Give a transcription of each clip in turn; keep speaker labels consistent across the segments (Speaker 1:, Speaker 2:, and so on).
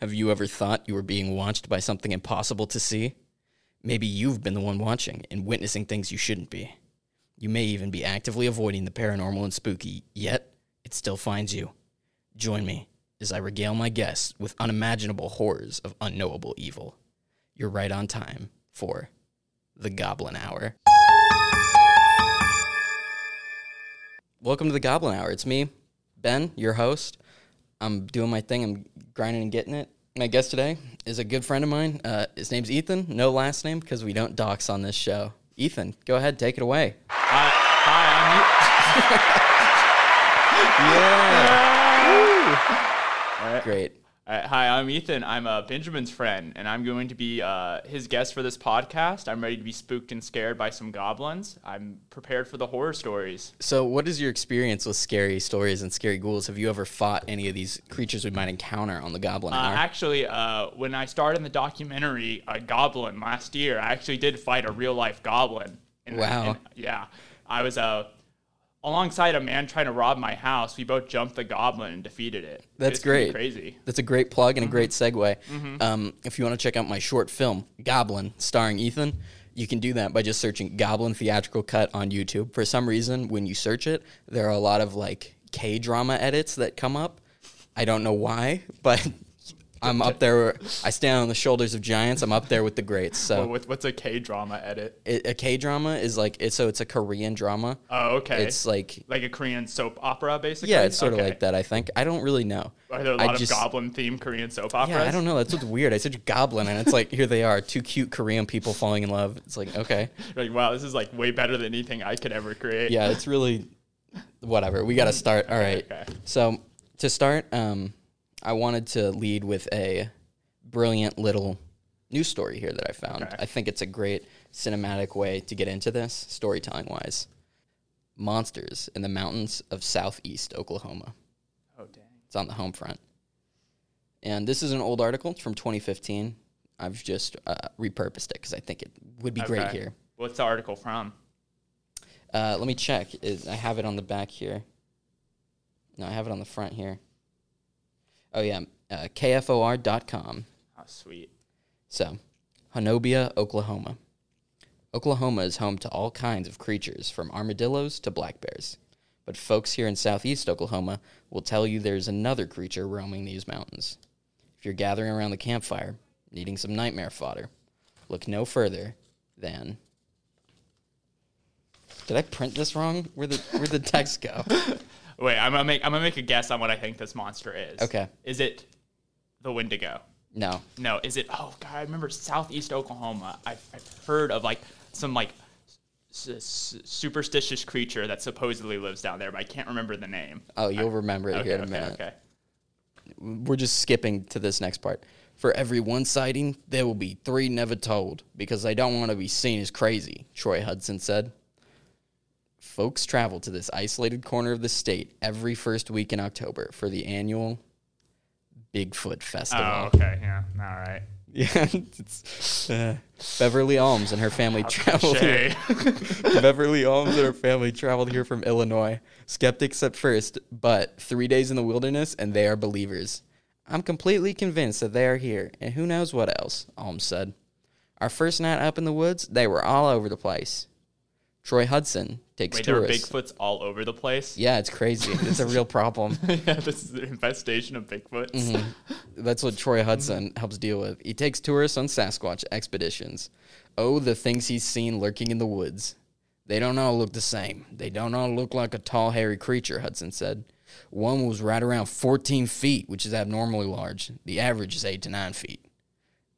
Speaker 1: Have you ever thought you were being watched by something impossible to see? Maybe you've been the one watching and witnessing things you shouldn't be. You may even be actively avoiding the paranormal and spooky, yet it still finds you. Join me as I regale my guests with unimaginable horrors of unknowable evil. You're right on time for The Goblin Hour. Welcome to The Goblin Hour. It's me, Ben, your host. I'm doing my thing, I'm grinding and getting it. My guest today is a good friend of mine. Uh, his name's Ethan. No last name because we don't dox on this show. Ethan, go ahead, take it away.
Speaker 2: Hi, hi, I'm Ethan.
Speaker 1: Great.
Speaker 2: uh, hi, I'm Ethan. I'm uh, Benjamin's friend, and I'm going to be uh, his guest for this podcast. I'm ready to be spooked and scared by some goblins. I'm prepared for the horror stories.
Speaker 1: So, what is your experience with scary stories and scary ghouls? Have you ever fought any of these creatures we might encounter on the Goblin
Speaker 2: Uh,
Speaker 1: Hour?
Speaker 2: actually, uh, when I starred in the documentary uh, Goblin last year, I actually did fight a real life goblin. And-
Speaker 1: Wow.
Speaker 2: and- yeah. I was uh, alongside a man trying to rob my house. We both jumped the goblin and defeated it.
Speaker 1: That's
Speaker 2: It's pretty
Speaker 1: great.
Speaker 2: Crazy. Mm-hmm.
Speaker 1: That's a great plug and a great segue. Um, if you want to check out my short film, Goblin, starring Ethan, you can do that by just searching Goblin Theatrical Cut on YouTube. For some reason, when you search it, there are a lot of like K drama edits that come up. I don't know why, but I'm up there. I stand on the shoulders of giants. I'm up there with the greats.
Speaker 2: Well,
Speaker 1: So
Speaker 2: with what's a K drama edit?
Speaker 1: it, a K drama is like, it's, so it's a Korean drama.
Speaker 2: Oh, okay.
Speaker 1: It's like,
Speaker 2: like a Korean soap opera, basically.
Speaker 1: yeah, it's sort
Speaker 2: Okay.
Speaker 1: of like that, I think. I don't really know.
Speaker 2: Are there a
Speaker 1: I
Speaker 2: lot
Speaker 1: just-
Speaker 2: of goblin themed Korean soap
Speaker 1: Yeah,
Speaker 2: operas?
Speaker 1: I don't know. That's what's weird. I said goblin, and it's like here they are, two cute Korean people falling in love. It's like okay,
Speaker 2: Like, wow, this is like way better than anything I could ever create.
Speaker 1: yeah, it's really whatever. We got to start. All right.
Speaker 2: okay.
Speaker 1: So to start, um, I wanted to lead with a brilliant little news story here that I found.
Speaker 2: Okay.
Speaker 1: I think it's a great cinematic way to get into this storytelling wise. Monsters in the mountains of southeast Oklahoma.
Speaker 2: Oh dang.
Speaker 1: It's on the home front. And this is an old article it's from 2015. I've just uh, repurposed it because I think it would be great
Speaker 2: Okay.
Speaker 1: here.
Speaker 2: What's the article from?
Speaker 1: Uh, let me check. Is, I have it on the back here. No, I have it on the front here. Oh, yeah. Uh, KFOR.com.
Speaker 2: Oh sweet.
Speaker 1: So, Honobia, Oklahoma. Oklahoma is home to all kinds of creatures, from armadillos to black bears. But folks here in southeast Oklahoma will tell you there's another creature roaming these mountains. If you're gathering around the campfire, needing some nightmare fodder, look no further than. Did I print this wrong? Where the where the text go?
Speaker 2: Wait, I'm gonna make I'm gonna make a guess on what I think this monster is.
Speaker 1: Okay.
Speaker 2: Is it the Wendigo?
Speaker 1: No.
Speaker 2: No. Is it? Oh god, I remember southeast Oklahoma. I've, I've heard of like some like s- s- superstitious creature that supposedly lives down there, but I can't remember the name.
Speaker 1: Oh, you'll remember it here in a
Speaker 2: okay,
Speaker 1: minute.
Speaker 2: okay.
Speaker 1: we're just skipping to this next part. For every one sighting, there will be three never told because they don't want to be seen as crazy, Troy Hudson said. Folks travel to this isolated corner of the state every first week in October for the annual Bigfoot Festival.
Speaker 2: Oh, okay. Yeah. All right.
Speaker 1: Yeah, it's, uh, Beverly Alms and her family traveled here.
Speaker 2: Shay.
Speaker 1: Beverly Alms and her family traveled here from Illinois. Skeptics at first, but three days in the wilderness, and they are believers. I'm completely convinced that they are here, and who knows what else, Alms said. Our first night up in the woods, they were all over the place. Troy Hudson takes
Speaker 2: Wait, there were
Speaker 1: tourists.
Speaker 2: Bigfoots all over the place.
Speaker 1: yeah, it's crazy. It's a real problem.
Speaker 2: yeah, this is the infestation of Bigfoots.
Speaker 1: Mm-hmm. That's what Troy Hudson helps deal with. He takes tourists on Sasquatch expeditions. Oh, the things he's seen lurking in the woods. They don't all look the same. They don't all look like a tall, hairy creature, Hudson said. One was right around 14 feet, which is abnormally large. The average is 8 to 9 feet.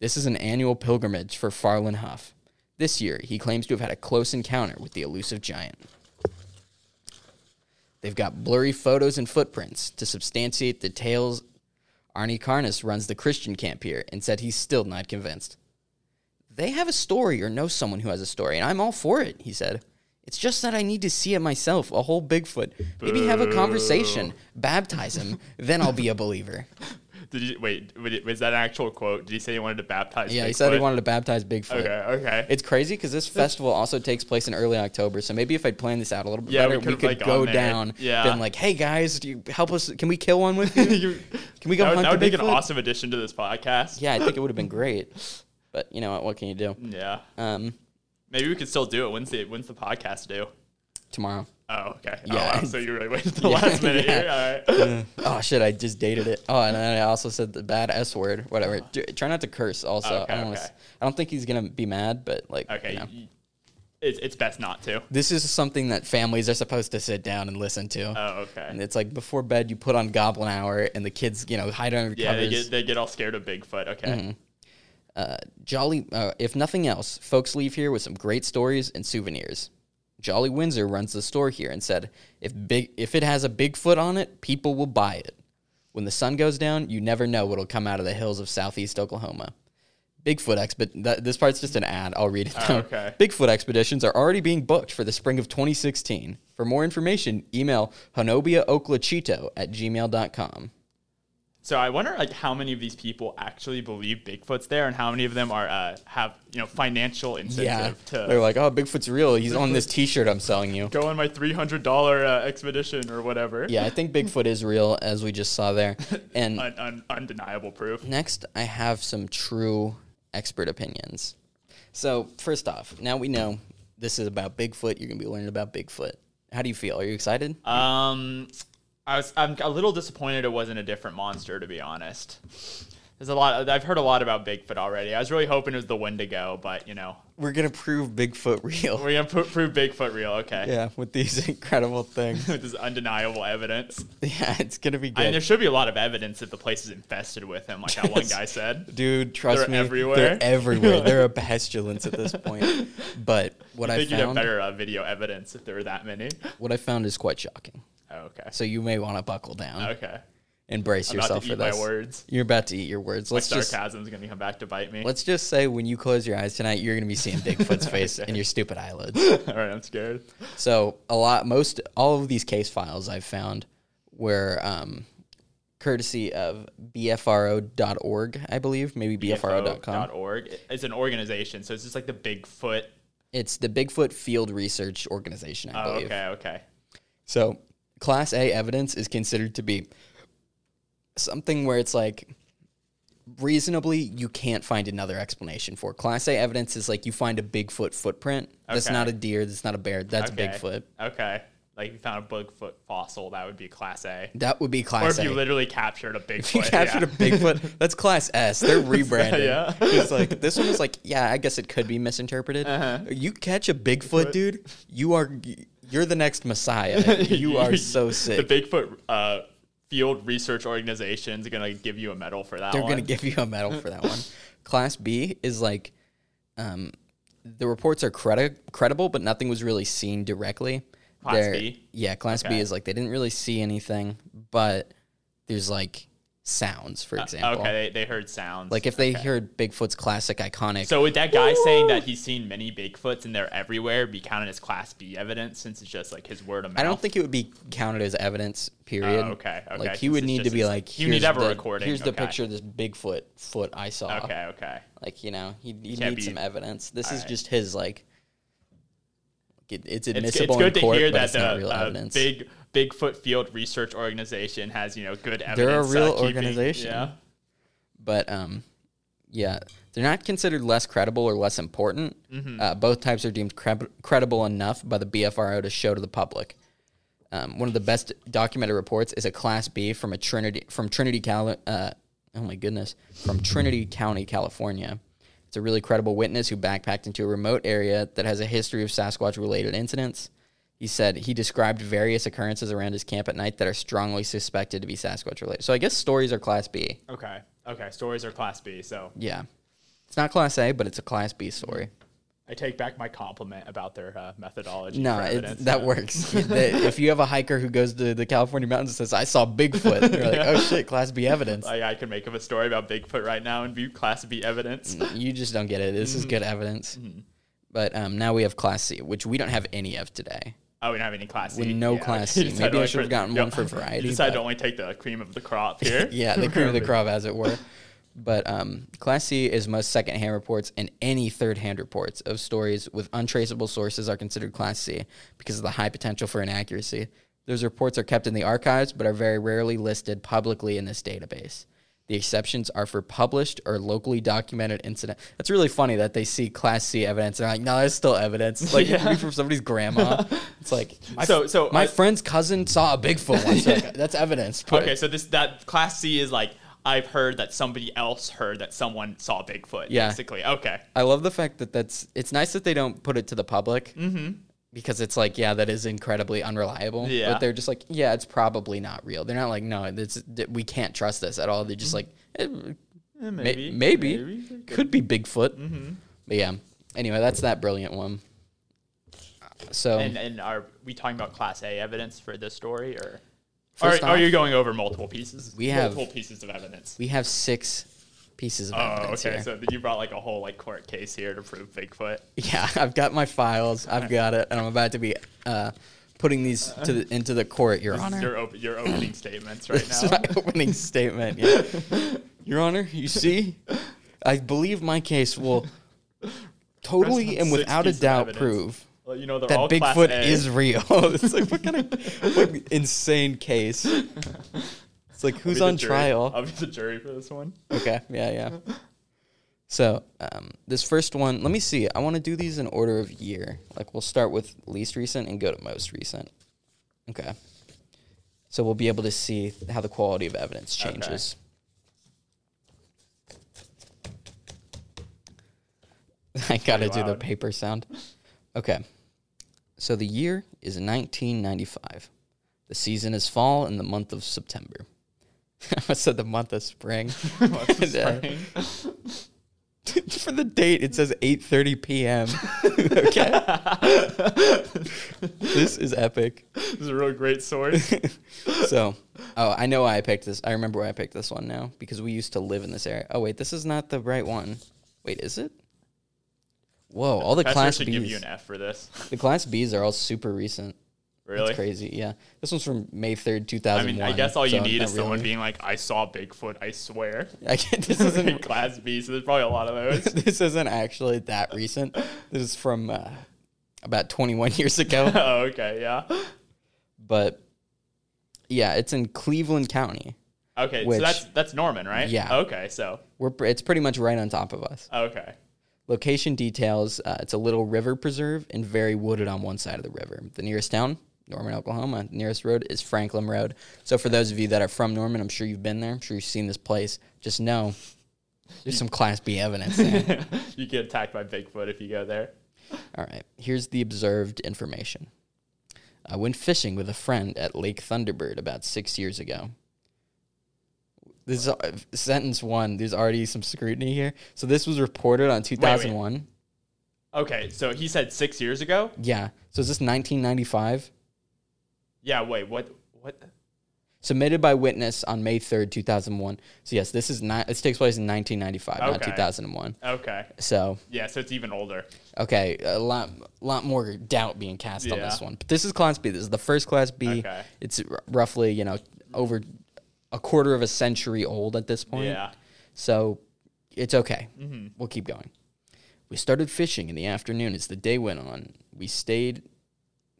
Speaker 1: This is an annual pilgrimage for Farlin Huff. This year, he claims to have had a close encounter with the elusive giant. They've got blurry photos and footprints to substantiate the tales. Arnie Karnas runs the Christian camp here and said he's still not convinced. They have a story or know someone who has a story, and I'm all for it, he said. It's just that I need to see it myself, a whole Bigfoot. Maybe have a conversation, baptize him, then I'll be a believer.
Speaker 2: Did you wait? Was it- was that an actual quote? Did he say he wanted to baptize?
Speaker 1: Yeah, he
Speaker 2: Bigfoot?
Speaker 1: said he wanted to baptize Bigfoot.
Speaker 2: Okay, okay.
Speaker 1: It's crazy because this festival also takes place in early October. So maybe if I'd planned this out a little bit
Speaker 2: Yeah, we
Speaker 1: better, we,
Speaker 2: could've,
Speaker 1: could
Speaker 2: like, gone
Speaker 1: go
Speaker 2: there.
Speaker 1: down.
Speaker 2: Yeah.
Speaker 1: Been like, hey guys, do you help us? Can we kill one with you?
Speaker 2: You-
Speaker 1: Can we go
Speaker 2: that, would-
Speaker 1: hunt
Speaker 2: that would
Speaker 1: the
Speaker 2: make
Speaker 1: Bigfoot?
Speaker 2: an awesome addition to this podcast.
Speaker 1: Yeah, I think it would have been great. But you know what? What can you do?
Speaker 2: Yeah.
Speaker 1: Um,
Speaker 2: Maybe we could still do it. When's the When's the podcast due?
Speaker 1: tomorrow.
Speaker 2: Oh, okay.
Speaker 1: Yeah.
Speaker 2: Oh, wow. So you really waited till
Speaker 1: Yeah,
Speaker 2: last minute.
Speaker 1: yeah.
Speaker 2: here. All right.
Speaker 1: oh shit! I just dated it. Oh, and then I also said the bad s word. Whatever. D- try not to curse. Also,
Speaker 2: Uh-huh. Oh, Okay,
Speaker 1: I don't. Wanna,
Speaker 2: okay.
Speaker 1: s- I don't think he's gonna be mad, but like,
Speaker 2: Okay.
Speaker 1: you know.
Speaker 2: y- It's, it's best not to.
Speaker 1: this is something that families are supposed to sit down and listen to.
Speaker 2: Oh,
Speaker 1: And
Speaker 2: okay.
Speaker 1: it's like before bed, you put on Goblin Hour, and the kids, you know, hide under
Speaker 2: Yeah, they
Speaker 1: covers. Mm-hmm.
Speaker 2: get they get all scared of Bigfoot. Okay.
Speaker 1: uh, Jolly, uh, if nothing else, folks leave here with some great stories and souvenirs. Jolly Windsor runs the store here and said, if big, if it has a Bigfoot on it, people will buy it. When the sun goes down, you never know what'll come out of the hills of southeast Oklahoma. Bigfoot expedition. this part's just an ad. I'll read it. down.
Speaker 2: okay.
Speaker 1: Bigfoot expeditions are already being booked for the spring of 2016. For more information, email hanobiaoklachito at gmail.com.
Speaker 2: So I wonder like how many of these people actually believe Bigfoot's there, and how many of them are uh, have you know financial
Speaker 1: Yeah.
Speaker 2: incentive
Speaker 1: They're
Speaker 2: to
Speaker 1: like, oh, Bigfoot's real. He's on this t shirt I'm selling you.
Speaker 2: go on my three hundred dollar uh, expedition or whatever.
Speaker 1: Yeah, I think Bigfoot is real, as we just saw there. And
Speaker 2: Un- un- undeniable proof.
Speaker 1: next, I have some true expert opinions. So, first off, now we know this is about Bigfoot. You're going to be learning about Bigfoot. How do you feel? Are you excited?
Speaker 2: Um, I was I'm a little disappointed it wasn't a different monster to be honest. There's a lot. I've heard a lot about Bigfoot already. I was really hoping it was the Wendigo, but you know
Speaker 1: We're going to prove Bigfoot real.
Speaker 2: we're gonna pro- prove Bigfoot real, okay?
Speaker 1: Yeah, with these incredible things.
Speaker 2: With this undeniable evidence.
Speaker 1: Yeah, it's going to be
Speaker 2: I mean, there
Speaker 1: good.
Speaker 2: should be a lot of evidence if the place is infested with him, like that one
Speaker 1: Yes.
Speaker 2: guy said.
Speaker 1: Dude, trust
Speaker 2: They're
Speaker 1: me.
Speaker 2: everywhere.
Speaker 1: They're everywhere. They're a pestilence at this point. But what
Speaker 2: I
Speaker 1: I
Speaker 2: think you'd have
Speaker 1: found,
Speaker 2: better uh, video evidence if there were that many. Oh,
Speaker 1: what I found is quite shocking.
Speaker 2: Okay.
Speaker 1: So you may want to buckle down
Speaker 2: Okay.
Speaker 1: and brace
Speaker 2: I'm about
Speaker 1: yourself
Speaker 2: to eat
Speaker 1: for this.
Speaker 2: my words.
Speaker 1: You're about to eat your words. Let's just
Speaker 2: Sarcasm's gonna come back to bite me.
Speaker 1: Let's just say when you close your eyes tonight, you're going to be seeing Bigfoot's face and your stupid eyelids.
Speaker 2: All right, I'm scared.
Speaker 1: So a lot, most all of these case files I've found were um, courtesy of bfro.org, I believe, maybe bfro.com.
Speaker 2: BFO.org. It's an organization, so it's just like the Bigfoot.
Speaker 1: It's the Bigfoot Field Research Organization, I
Speaker 2: Oh,
Speaker 1: believe.
Speaker 2: okay, okay.
Speaker 1: So, class A evidence is considered to be something where it's like reasonably you can't find another explanation for. Class A evidence is like you find a Bigfoot footprint. That's
Speaker 2: Okay.
Speaker 1: not a deer, that's not a bear, that's
Speaker 2: Okay.
Speaker 1: Bigfoot.
Speaker 2: Okay. Like if you found a Bigfoot fossil, that would be class A.
Speaker 1: That would be
Speaker 2: Or
Speaker 1: class
Speaker 2: if
Speaker 1: A.
Speaker 2: you literally captured a
Speaker 1: You
Speaker 2: Bigfoot.
Speaker 1: captured a Bigfoot. That's class S. They're rebranding.
Speaker 2: Yeah.
Speaker 1: It's like this one was like, yeah, I guess it could be misinterpreted.
Speaker 2: Uh-huh.
Speaker 1: You catch a Bigfoot, dude, you are you're the next messiah.
Speaker 2: yeah.
Speaker 1: You are so sick.
Speaker 2: The Bigfoot uh, Field Research Organization is gonna give you a medal for that.
Speaker 1: They're
Speaker 2: one.
Speaker 1: going to give you a medal for that one. Class B is like, um, the reports are credi- credible, but nothing was really seen directly.
Speaker 2: Class
Speaker 1: They're-
Speaker 2: B?
Speaker 1: Yeah, Class B
Speaker 2: Okay.
Speaker 1: is like they didn't really see anything, but there's like sounds, for example.
Speaker 2: Uh, Okay, they, they heard sounds.
Speaker 1: Like if they heard Bigfoot's classic iconic,
Speaker 2: so would that guy saying that he's seen many Bigfoots and they're everywhere be counted as Class B evidence since it's just like his word of mouth?
Speaker 1: I don't think it would be counted as evidence. Period.
Speaker 2: Oh, okay, okay,
Speaker 1: Like he
Speaker 2: since
Speaker 1: would
Speaker 2: it's
Speaker 1: need to
Speaker 2: just
Speaker 1: be
Speaker 2: his-
Speaker 1: like,
Speaker 2: you need to
Speaker 1: here's
Speaker 2: have a
Speaker 1: the-
Speaker 2: recording,
Speaker 1: Here's the
Speaker 2: okay.
Speaker 1: picture of this Bigfoot foot I saw.
Speaker 2: Okay, okay.
Speaker 1: Like you know, he, he
Speaker 2: Can't
Speaker 1: needs
Speaker 2: be-
Speaker 1: some evidence. This is
Speaker 2: right.
Speaker 1: just his like. It, it's
Speaker 2: It's,
Speaker 1: admissible
Speaker 2: it's good
Speaker 1: in
Speaker 2: to
Speaker 1: court,
Speaker 2: hear
Speaker 1: but
Speaker 2: that
Speaker 1: it's not real
Speaker 2: the uh,
Speaker 1: evidence.
Speaker 2: big Bigfoot Field Research Organization has you know good evidence.
Speaker 1: They're a real
Speaker 2: uh, keeping-
Speaker 1: organization.
Speaker 2: Yeah.
Speaker 1: But um, yeah, they're not considered less credible or less important. Uh, both types are deemed creb- credible enough by the BFRO to show to the public. Um, one of the best documented reports is a Class B from a Trinity from Trinity Cal. Uh, oh my goodness, from Trinity County, California. It's a really credible witness who backpacked into a remote area that has a history of Sasquatch related incidents. He said he described various occurrences around his camp at night that are strongly suspected to be Sasquatch related. So I guess stories are Class B.
Speaker 2: Okay. Okay. Stories are Class B, so
Speaker 1: Yeah. It's not class A, but it's a class B story.
Speaker 2: I take back my compliment about their uh, methodology.
Speaker 1: No,
Speaker 2: for
Speaker 1: it,
Speaker 2: evidence.
Speaker 1: that
Speaker 2: Yeah.
Speaker 1: works. The- if you have a hiker who goes to the California mountains and says, I saw Bigfoot, and you're like, oh shit, class B evidence.
Speaker 2: Like I could make up a story about Bigfoot right now and be Class B evidence.
Speaker 1: You just don't get it. This is good evidence. But um, now we have class C, which we don't have any of today.
Speaker 2: Oh, we don't have any class
Speaker 1: With
Speaker 2: C.
Speaker 1: no
Speaker 2: Yeah,
Speaker 1: class
Speaker 2: okay. You
Speaker 1: C.
Speaker 2: decided
Speaker 1: Maybe I
Speaker 2: only
Speaker 1: should have
Speaker 2: for-
Speaker 1: gotten
Speaker 2: yeah.
Speaker 1: one for variety.
Speaker 2: You decided
Speaker 1: but-
Speaker 2: to only take the cream of the crop here.
Speaker 1: yeah, the cream of the crop, as it were. But um, Class C is most second-hand reports and any third-hand reports of stories with untraceable sources are considered Class C because of the high potential for inaccuracy. Those reports are kept in the archives but are very rarely listed publicly in this database. The exceptions are for published or locally documented incident. That's really funny that they see Class C evidence and they're like, no, that's still evidence. Like it could be from somebody's grandma. It's like my,
Speaker 2: So- so
Speaker 1: my
Speaker 2: I-
Speaker 1: friend's cousin saw a Bigfoot once. Like, that's evidence. but-
Speaker 2: Okay, so this that class C is like I've heard that somebody else heard that someone saw Bigfoot.
Speaker 1: Yeah.
Speaker 2: Basically. Okay.
Speaker 1: I love the fact that that's. It's nice that they don't put it to the public because it's like, yeah, that is incredibly unreliable.
Speaker 2: Mm-hmm. Yeah.
Speaker 1: But they're just like, yeah, it's probably not real. They're not like, no, it's, th- we can't trust this at all. They're just like, eh,
Speaker 2: Eh,
Speaker 1: may- maybe, could be Bigfoot.
Speaker 2: Mm-hmm.
Speaker 1: But yeah. Anyway, that's that brilliant one. So
Speaker 2: And and are we talking about class A evidence for this story or
Speaker 1: First
Speaker 2: are, are
Speaker 1: off-
Speaker 2: you going over multiple pieces?
Speaker 1: We have-
Speaker 2: multiple pieces of evidence.
Speaker 1: we have six pieces of
Speaker 2: Oh,
Speaker 1: evidence
Speaker 2: okay.
Speaker 1: here.
Speaker 2: So you brought like a whole like court case here to prove Bigfoot.
Speaker 1: Yeah, I've got my files. I've got it, and I'm about to be uh, putting these to the, into the court, Your
Speaker 2: This
Speaker 1: Honor.
Speaker 2: is your, op- your opening statements right
Speaker 1: This is
Speaker 2: now.
Speaker 1: my opening statement. yeah. Your Honor, you see, I believe my case will totally
Speaker 2: Present
Speaker 1: and
Speaker 2: six
Speaker 1: without a
Speaker 2: pieces of
Speaker 1: doubt
Speaker 2: evidence.
Speaker 1: prove
Speaker 2: Well, you know they're
Speaker 1: that
Speaker 2: all class
Speaker 1: Bigfoot
Speaker 2: A.
Speaker 1: is real. it's like what kind of like, insane case? It's like
Speaker 2: I'll be
Speaker 1: who's
Speaker 2: the
Speaker 1: on
Speaker 2: jury-
Speaker 1: trial?
Speaker 2: I'll be the jury for this one.
Speaker 1: Okay, yeah, yeah. So um, this first one, let me see. I want to do these in order of year. Like we'll start with least recent and go to most recent. Okay. So we'll be able to see how the quality of evidence
Speaker 2: Okay.
Speaker 1: changes. I gotta do the
Speaker 2: loud.
Speaker 1: paper sound. Okay. So the year is 1995. The season is fall and the month of September. I said the month of spring.
Speaker 2: What's the
Speaker 1: Yeah.
Speaker 2: spring?
Speaker 1: For the date, it says 8:30 p.m. okay. this is epic.
Speaker 2: This is a real great source.
Speaker 1: So, oh, I know why I picked this. I remember why I picked this one now because we used to live in this area. Oh wait, this is not the right one. Wait, is it? Whoa, all the
Speaker 2: Professor
Speaker 1: class
Speaker 2: should give
Speaker 1: B's.
Speaker 2: you an F for this.
Speaker 1: The class B's are all super recent.
Speaker 2: Really?
Speaker 1: It's crazy. Yeah. This one's from May 3rd,
Speaker 2: I
Speaker 1: 2001.
Speaker 2: mean, I guess all you
Speaker 1: so
Speaker 2: need
Speaker 1: not
Speaker 2: is someone
Speaker 1: really-
Speaker 2: being like, "I saw Bigfoot. I swear."
Speaker 1: I can't, this isn't
Speaker 2: class B, so there's probably a lot of those.
Speaker 1: this isn't actually that recent. This is from uh, about 21 years ago.
Speaker 2: oh, okay, yeah.
Speaker 1: but yeah, it's in Cleveland County.
Speaker 2: Okay,
Speaker 1: Which-
Speaker 2: so that's that's Norman, right?
Speaker 1: Yeah.
Speaker 2: Okay, so
Speaker 1: We're pr- it's pretty much right on top of us.
Speaker 2: okay,
Speaker 1: Location details: uh, it's a little river preserve and very wooded on one side of the river. The nearest town, Norman, Oklahoma. The nearest road is Franklin Road. So for those of you that are from Norman, I'm sure you've been there. I'm sure you've seen this place. Just know there's some Class B evidence there.
Speaker 2: you get attacked by Bigfoot if you go there.
Speaker 1: All right, here's the observed information. I went fishing with a friend at Lake Thunderbird about six years ago. This is uh, sentence one. There's already some scrutiny here. So this was reported on 2001.
Speaker 2: Okay, so he said six years ago.
Speaker 1: Yeah. So is this 1995?
Speaker 2: Yeah. Wait. What? What?
Speaker 1: Submitted by witness on May 3rd, 2001. So yes, this is not. This takes place in 1995, not
Speaker 2: Okay.
Speaker 1: 2001.
Speaker 2: Okay.
Speaker 1: So
Speaker 2: Yeah. So it's even older.
Speaker 1: Okay, a lot, lot more doubt being cast on
Speaker 2: Yeah.
Speaker 1: this one. But this is Class B. This is the first Class B.
Speaker 2: Okay.
Speaker 1: It's r- roughly, you know, over a quarter of a century old at this point.
Speaker 2: Yeah. Mm-hmm.
Speaker 1: So it's okay. We'll keep going. We started fishing in the afternoon as the day went on. We stayed.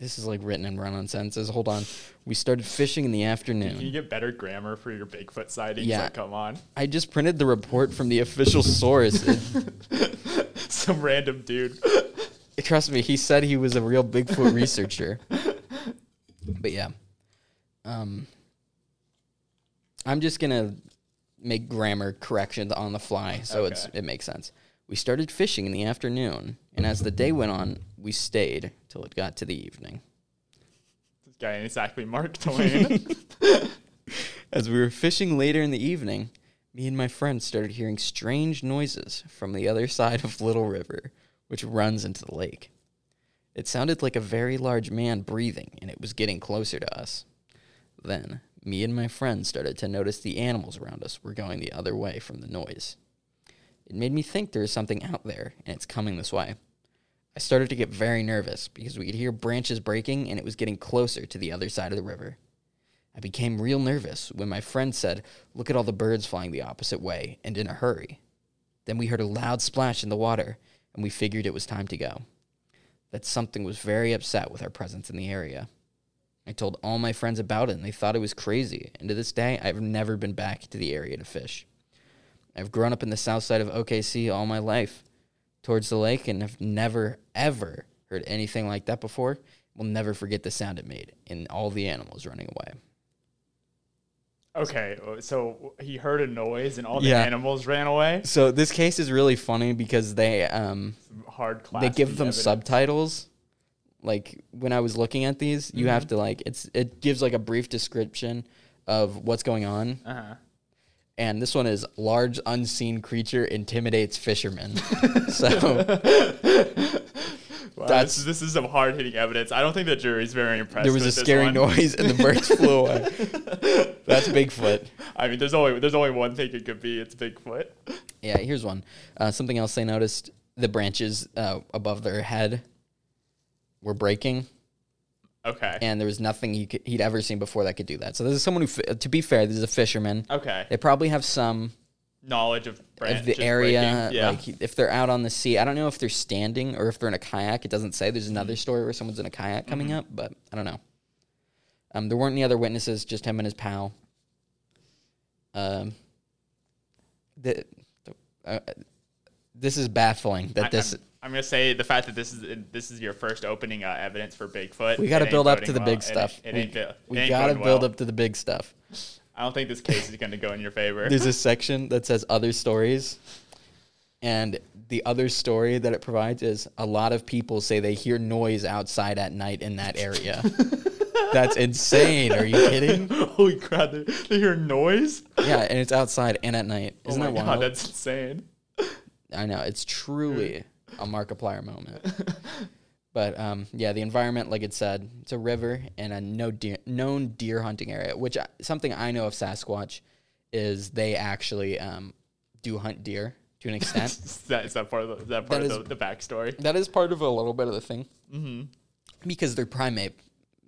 Speaker 1: This is like written and run on sentences. Hold on. We started fishing in the afternoon.
Speaker 2: Can you get better grammar for your Bigfoot sightings?
Speaker 1: Yeah.
Speaker 2: Like, come on.
Speaker 1: I just printed the report from the official source. It-
Speaker 2: Some random dude.
Speaker 1: Trust me, he said he was a real Bigfoot researcher. But yeah. Um I'm just going to make grammar corrections on the fly so it's
Speaker 2: Okay.
Speaker 1: it makes sense. We started fishing in the afternoon, and as the day went on, we stayed till it got to the evening.
Speaker 2: This guy ain't exactly Mark Twain.
Speaker 1: As we were fishing later in the evening, me and my friend started hearing strange noises from the other side of Little River, which runs into the lake. It sounded like a very large man breathing, and it was getting closer to us. Then, me and my friend started to notice the animals around us were going the other way from the noise. It made me think there is something out there, and it's coming this way. I started to get very nervous because we could hear branches breaking and it was getting closer to the other side of the river. I became real nervous when my friend said, Look at all the birds flying the opposite way and in a hurry. Then we heard a loud splash in the water and we figured it was time to go. That something was very upset with our presence in the area. I told all my friends about it and they thought it was crazy, and to this day, I've never been back to the area to fish. I've grown up in the south side of OKC all my life, towards the lake, and have never, ever heard anything like that before. Will never forget the sound it made and all the animals running away.
Speaker 2: Okay, uh, so he heard a noise and all the
Speaker 1: Yeah.
Speaker 2: animals ran away.
Speaker 1: So this case is really funny because they um,
Speaker 2: Hard class.
Speaker 1: they give them
Speaker 2: evidence.
Speaker 1: subtitles. Like when I was looking at these, you
Speaker 2: Mm-hmm.
Speaker 1: have to like it's it gives like a brief description of what's going on.
Speaker 2: Uh-huh.
Speaker 1: And this one is large unseen creature intimidates fishermen. so
Speaker 2: Wow,
Speaker 1: That's-
Speaker 2: this, this is some hard hitting evidence. I don't think the jury's very impressed.
Speaker 1: there was a
Speaker 2: with this
Speaker 1: scary
Speaker 2: one.
Speaker 1: noise and the birds flew away. That's Bigfoot.
Speaker 2: I mean, there's only there's only one thing it could be. It's Bigfoot.
Speaker 1: Yeah, here's one. Uh, something else they noticed the branches uh, above their head were breaking.
Speaker 2: Okay.
Speaker 1: and there was nothing he could, he'd ever seen before that could do that. So this is someone who, fi- to be fair, this is a fisherman.
Speaker 2: okay.
Speaker 1: They probably have some
Speaker 2: Knowledge of branches
Speaker 1: of the area.
Speaker 2: breaking. Yeah.
Speaker 1: Like if they're out on the sea, I don't know if they're standing or if they're in a kayak. It doesn't say. There's
Speaker 2: Mm-hmm.
Speaker 1: another story where someone's in a kayak coming up, but I don't know. Um, there weren't any other witnesses, just him and his pal. Um, the, uh, this is baffling that
Speaker 2: I,
Speaker 1: this.
Speaker 2: I'm, I'm gonna say the fact that this is this is your first opening uh, evidence for Bigfoot.
Speaker 1: we got
Speaker 2: it
Speaker 1: to
Speaker 2: ain't
Speaker 1: build up
Speaker 2: boding
Speaker 1: to the
Speaker 2: well.
Speaker 1: big
Speaker 2: It
Speaker 1: stuff.
Speaker 2: ain't- It,
Speaker 1: we
Speaker 2: ain't, go-
Speaker 1: we
Speaker 2: it ain't
Speaker 1: gotta
Speaker 2: going
Speaker 1: build
Speaker 2: well.
Speaker 1: up to the big stuff.
Speaker 2: I don't think this case is gonna go in your favor.
Speaker 1: there's a section that says other stories and the other story that it provides is a lot of people say they hear noise outside at night in that area that's insane are you kidding
Speaker 2: Holy crap! They, they hear noise.
Speaker 1: yeah and it's outside and at night isn't
Speaker 2: oh my
Speaker 1: that wild
Speaker 2: god, that's insane.
Speaker 1: i know it's truly a markiplier moment but um, yeah the environment like it said it's a river and a no deer, known deer hunting area which I, something i know of sasquatch is they actually um, do hunt deer to an extent
Speaker 2: Is that, is that part of the, is that part
Speaker 1: That
Speaker 2: of
Speaker 1: is-
Speaker 2: the, the backstory?
Speaker 1: That is part of a little bit of the thing. Mm-hmm. Because they're primate,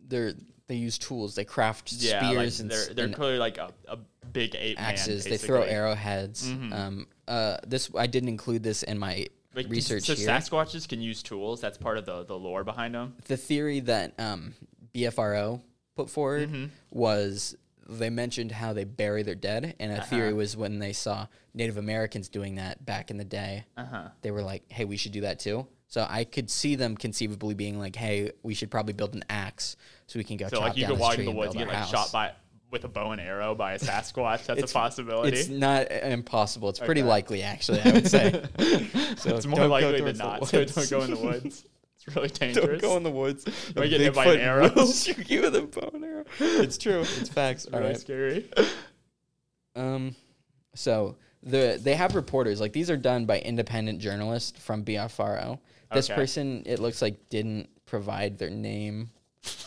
Speaker 1: they're they use tools. They craft
Speaker 2: Yeah, like,
Speaker 1: spears and, s-
Speaker 2: they're they're
Speaker 1: and
Speaker 2: clearly like a, a big ape
Speaker 1: axes.
Speaker 2: Man,
Speaker 1: they throw
Speaker 2: basically. Mm-hmm.
Speaker 1: arrowheads. Um, uh, this I didn't include this in my
Speaker 2: Like,
Speaker 1: research
Speaker 2: So
Speaker 1: here.
Speaker 2: Sasquatches can use tools. That's part of the, the lore behind them.
Speaker 1: the theory that um, BFRO put forward
Speaker 2: Mm-hmm.
Speaker 1: was they mentioned how they bury their dead, and a theory
Speaker 2: Uh-huh.
Speaker 1: was when they saw Native Americans doing that back in the day.
Speaker 2: Uh-huh.
Speaker 1: They were like, "Hey, we should do that too." So I could see them conceivably being like, "Hey, we should probably build an axe so we can go
Speaker 2: So
Speaker 1: chop
Speaker 2: like you
Speaker 1: down
Speaker 2: could
Speaker 1: this
Speaker 2: walk
Speaker 1: tree
Speaker 2: in the
Speaker 1: and
Speaker 2: woods,
Speaker 1: build
Speaker 2: get
Speaker 1: our
Speaker 2: like
Speaker 1: house."
Speaker 2: shot by with a bow and arrow by a Sasquatch. That's a possibility.
Speaker 1: It's
Speaker 2: It's,
Speaker 1: not impossible. It's pretty likely, actually. I would say. so
Speaker 2: more
Speaker 1: don't go
Speaker 2: likely than
Speaker 1: towards the
Speaker 2: not. So
Speaker 1: woods.
Speaker 2: don't go in the woods. It's really dangerous.
Speaker 1: Don't go in the woods.
Speaker 2: You
Speaker 1: A
Speaker 2: might get hit by an
Speaker 1: Bigfoot
Speaker 2: arrow.
Speaker 1: will shoot you with a bow and arrow. It's true. It's facts. All
Speaker 2: really
Speaker 1: right.
Speaker 2: scary.
Speaker 1: Um, so the they have reporters like these are done by independent journalists from BFRO. This
Speaker 2: Okay.
Speaker 1: person, it looks like, didn't provide their name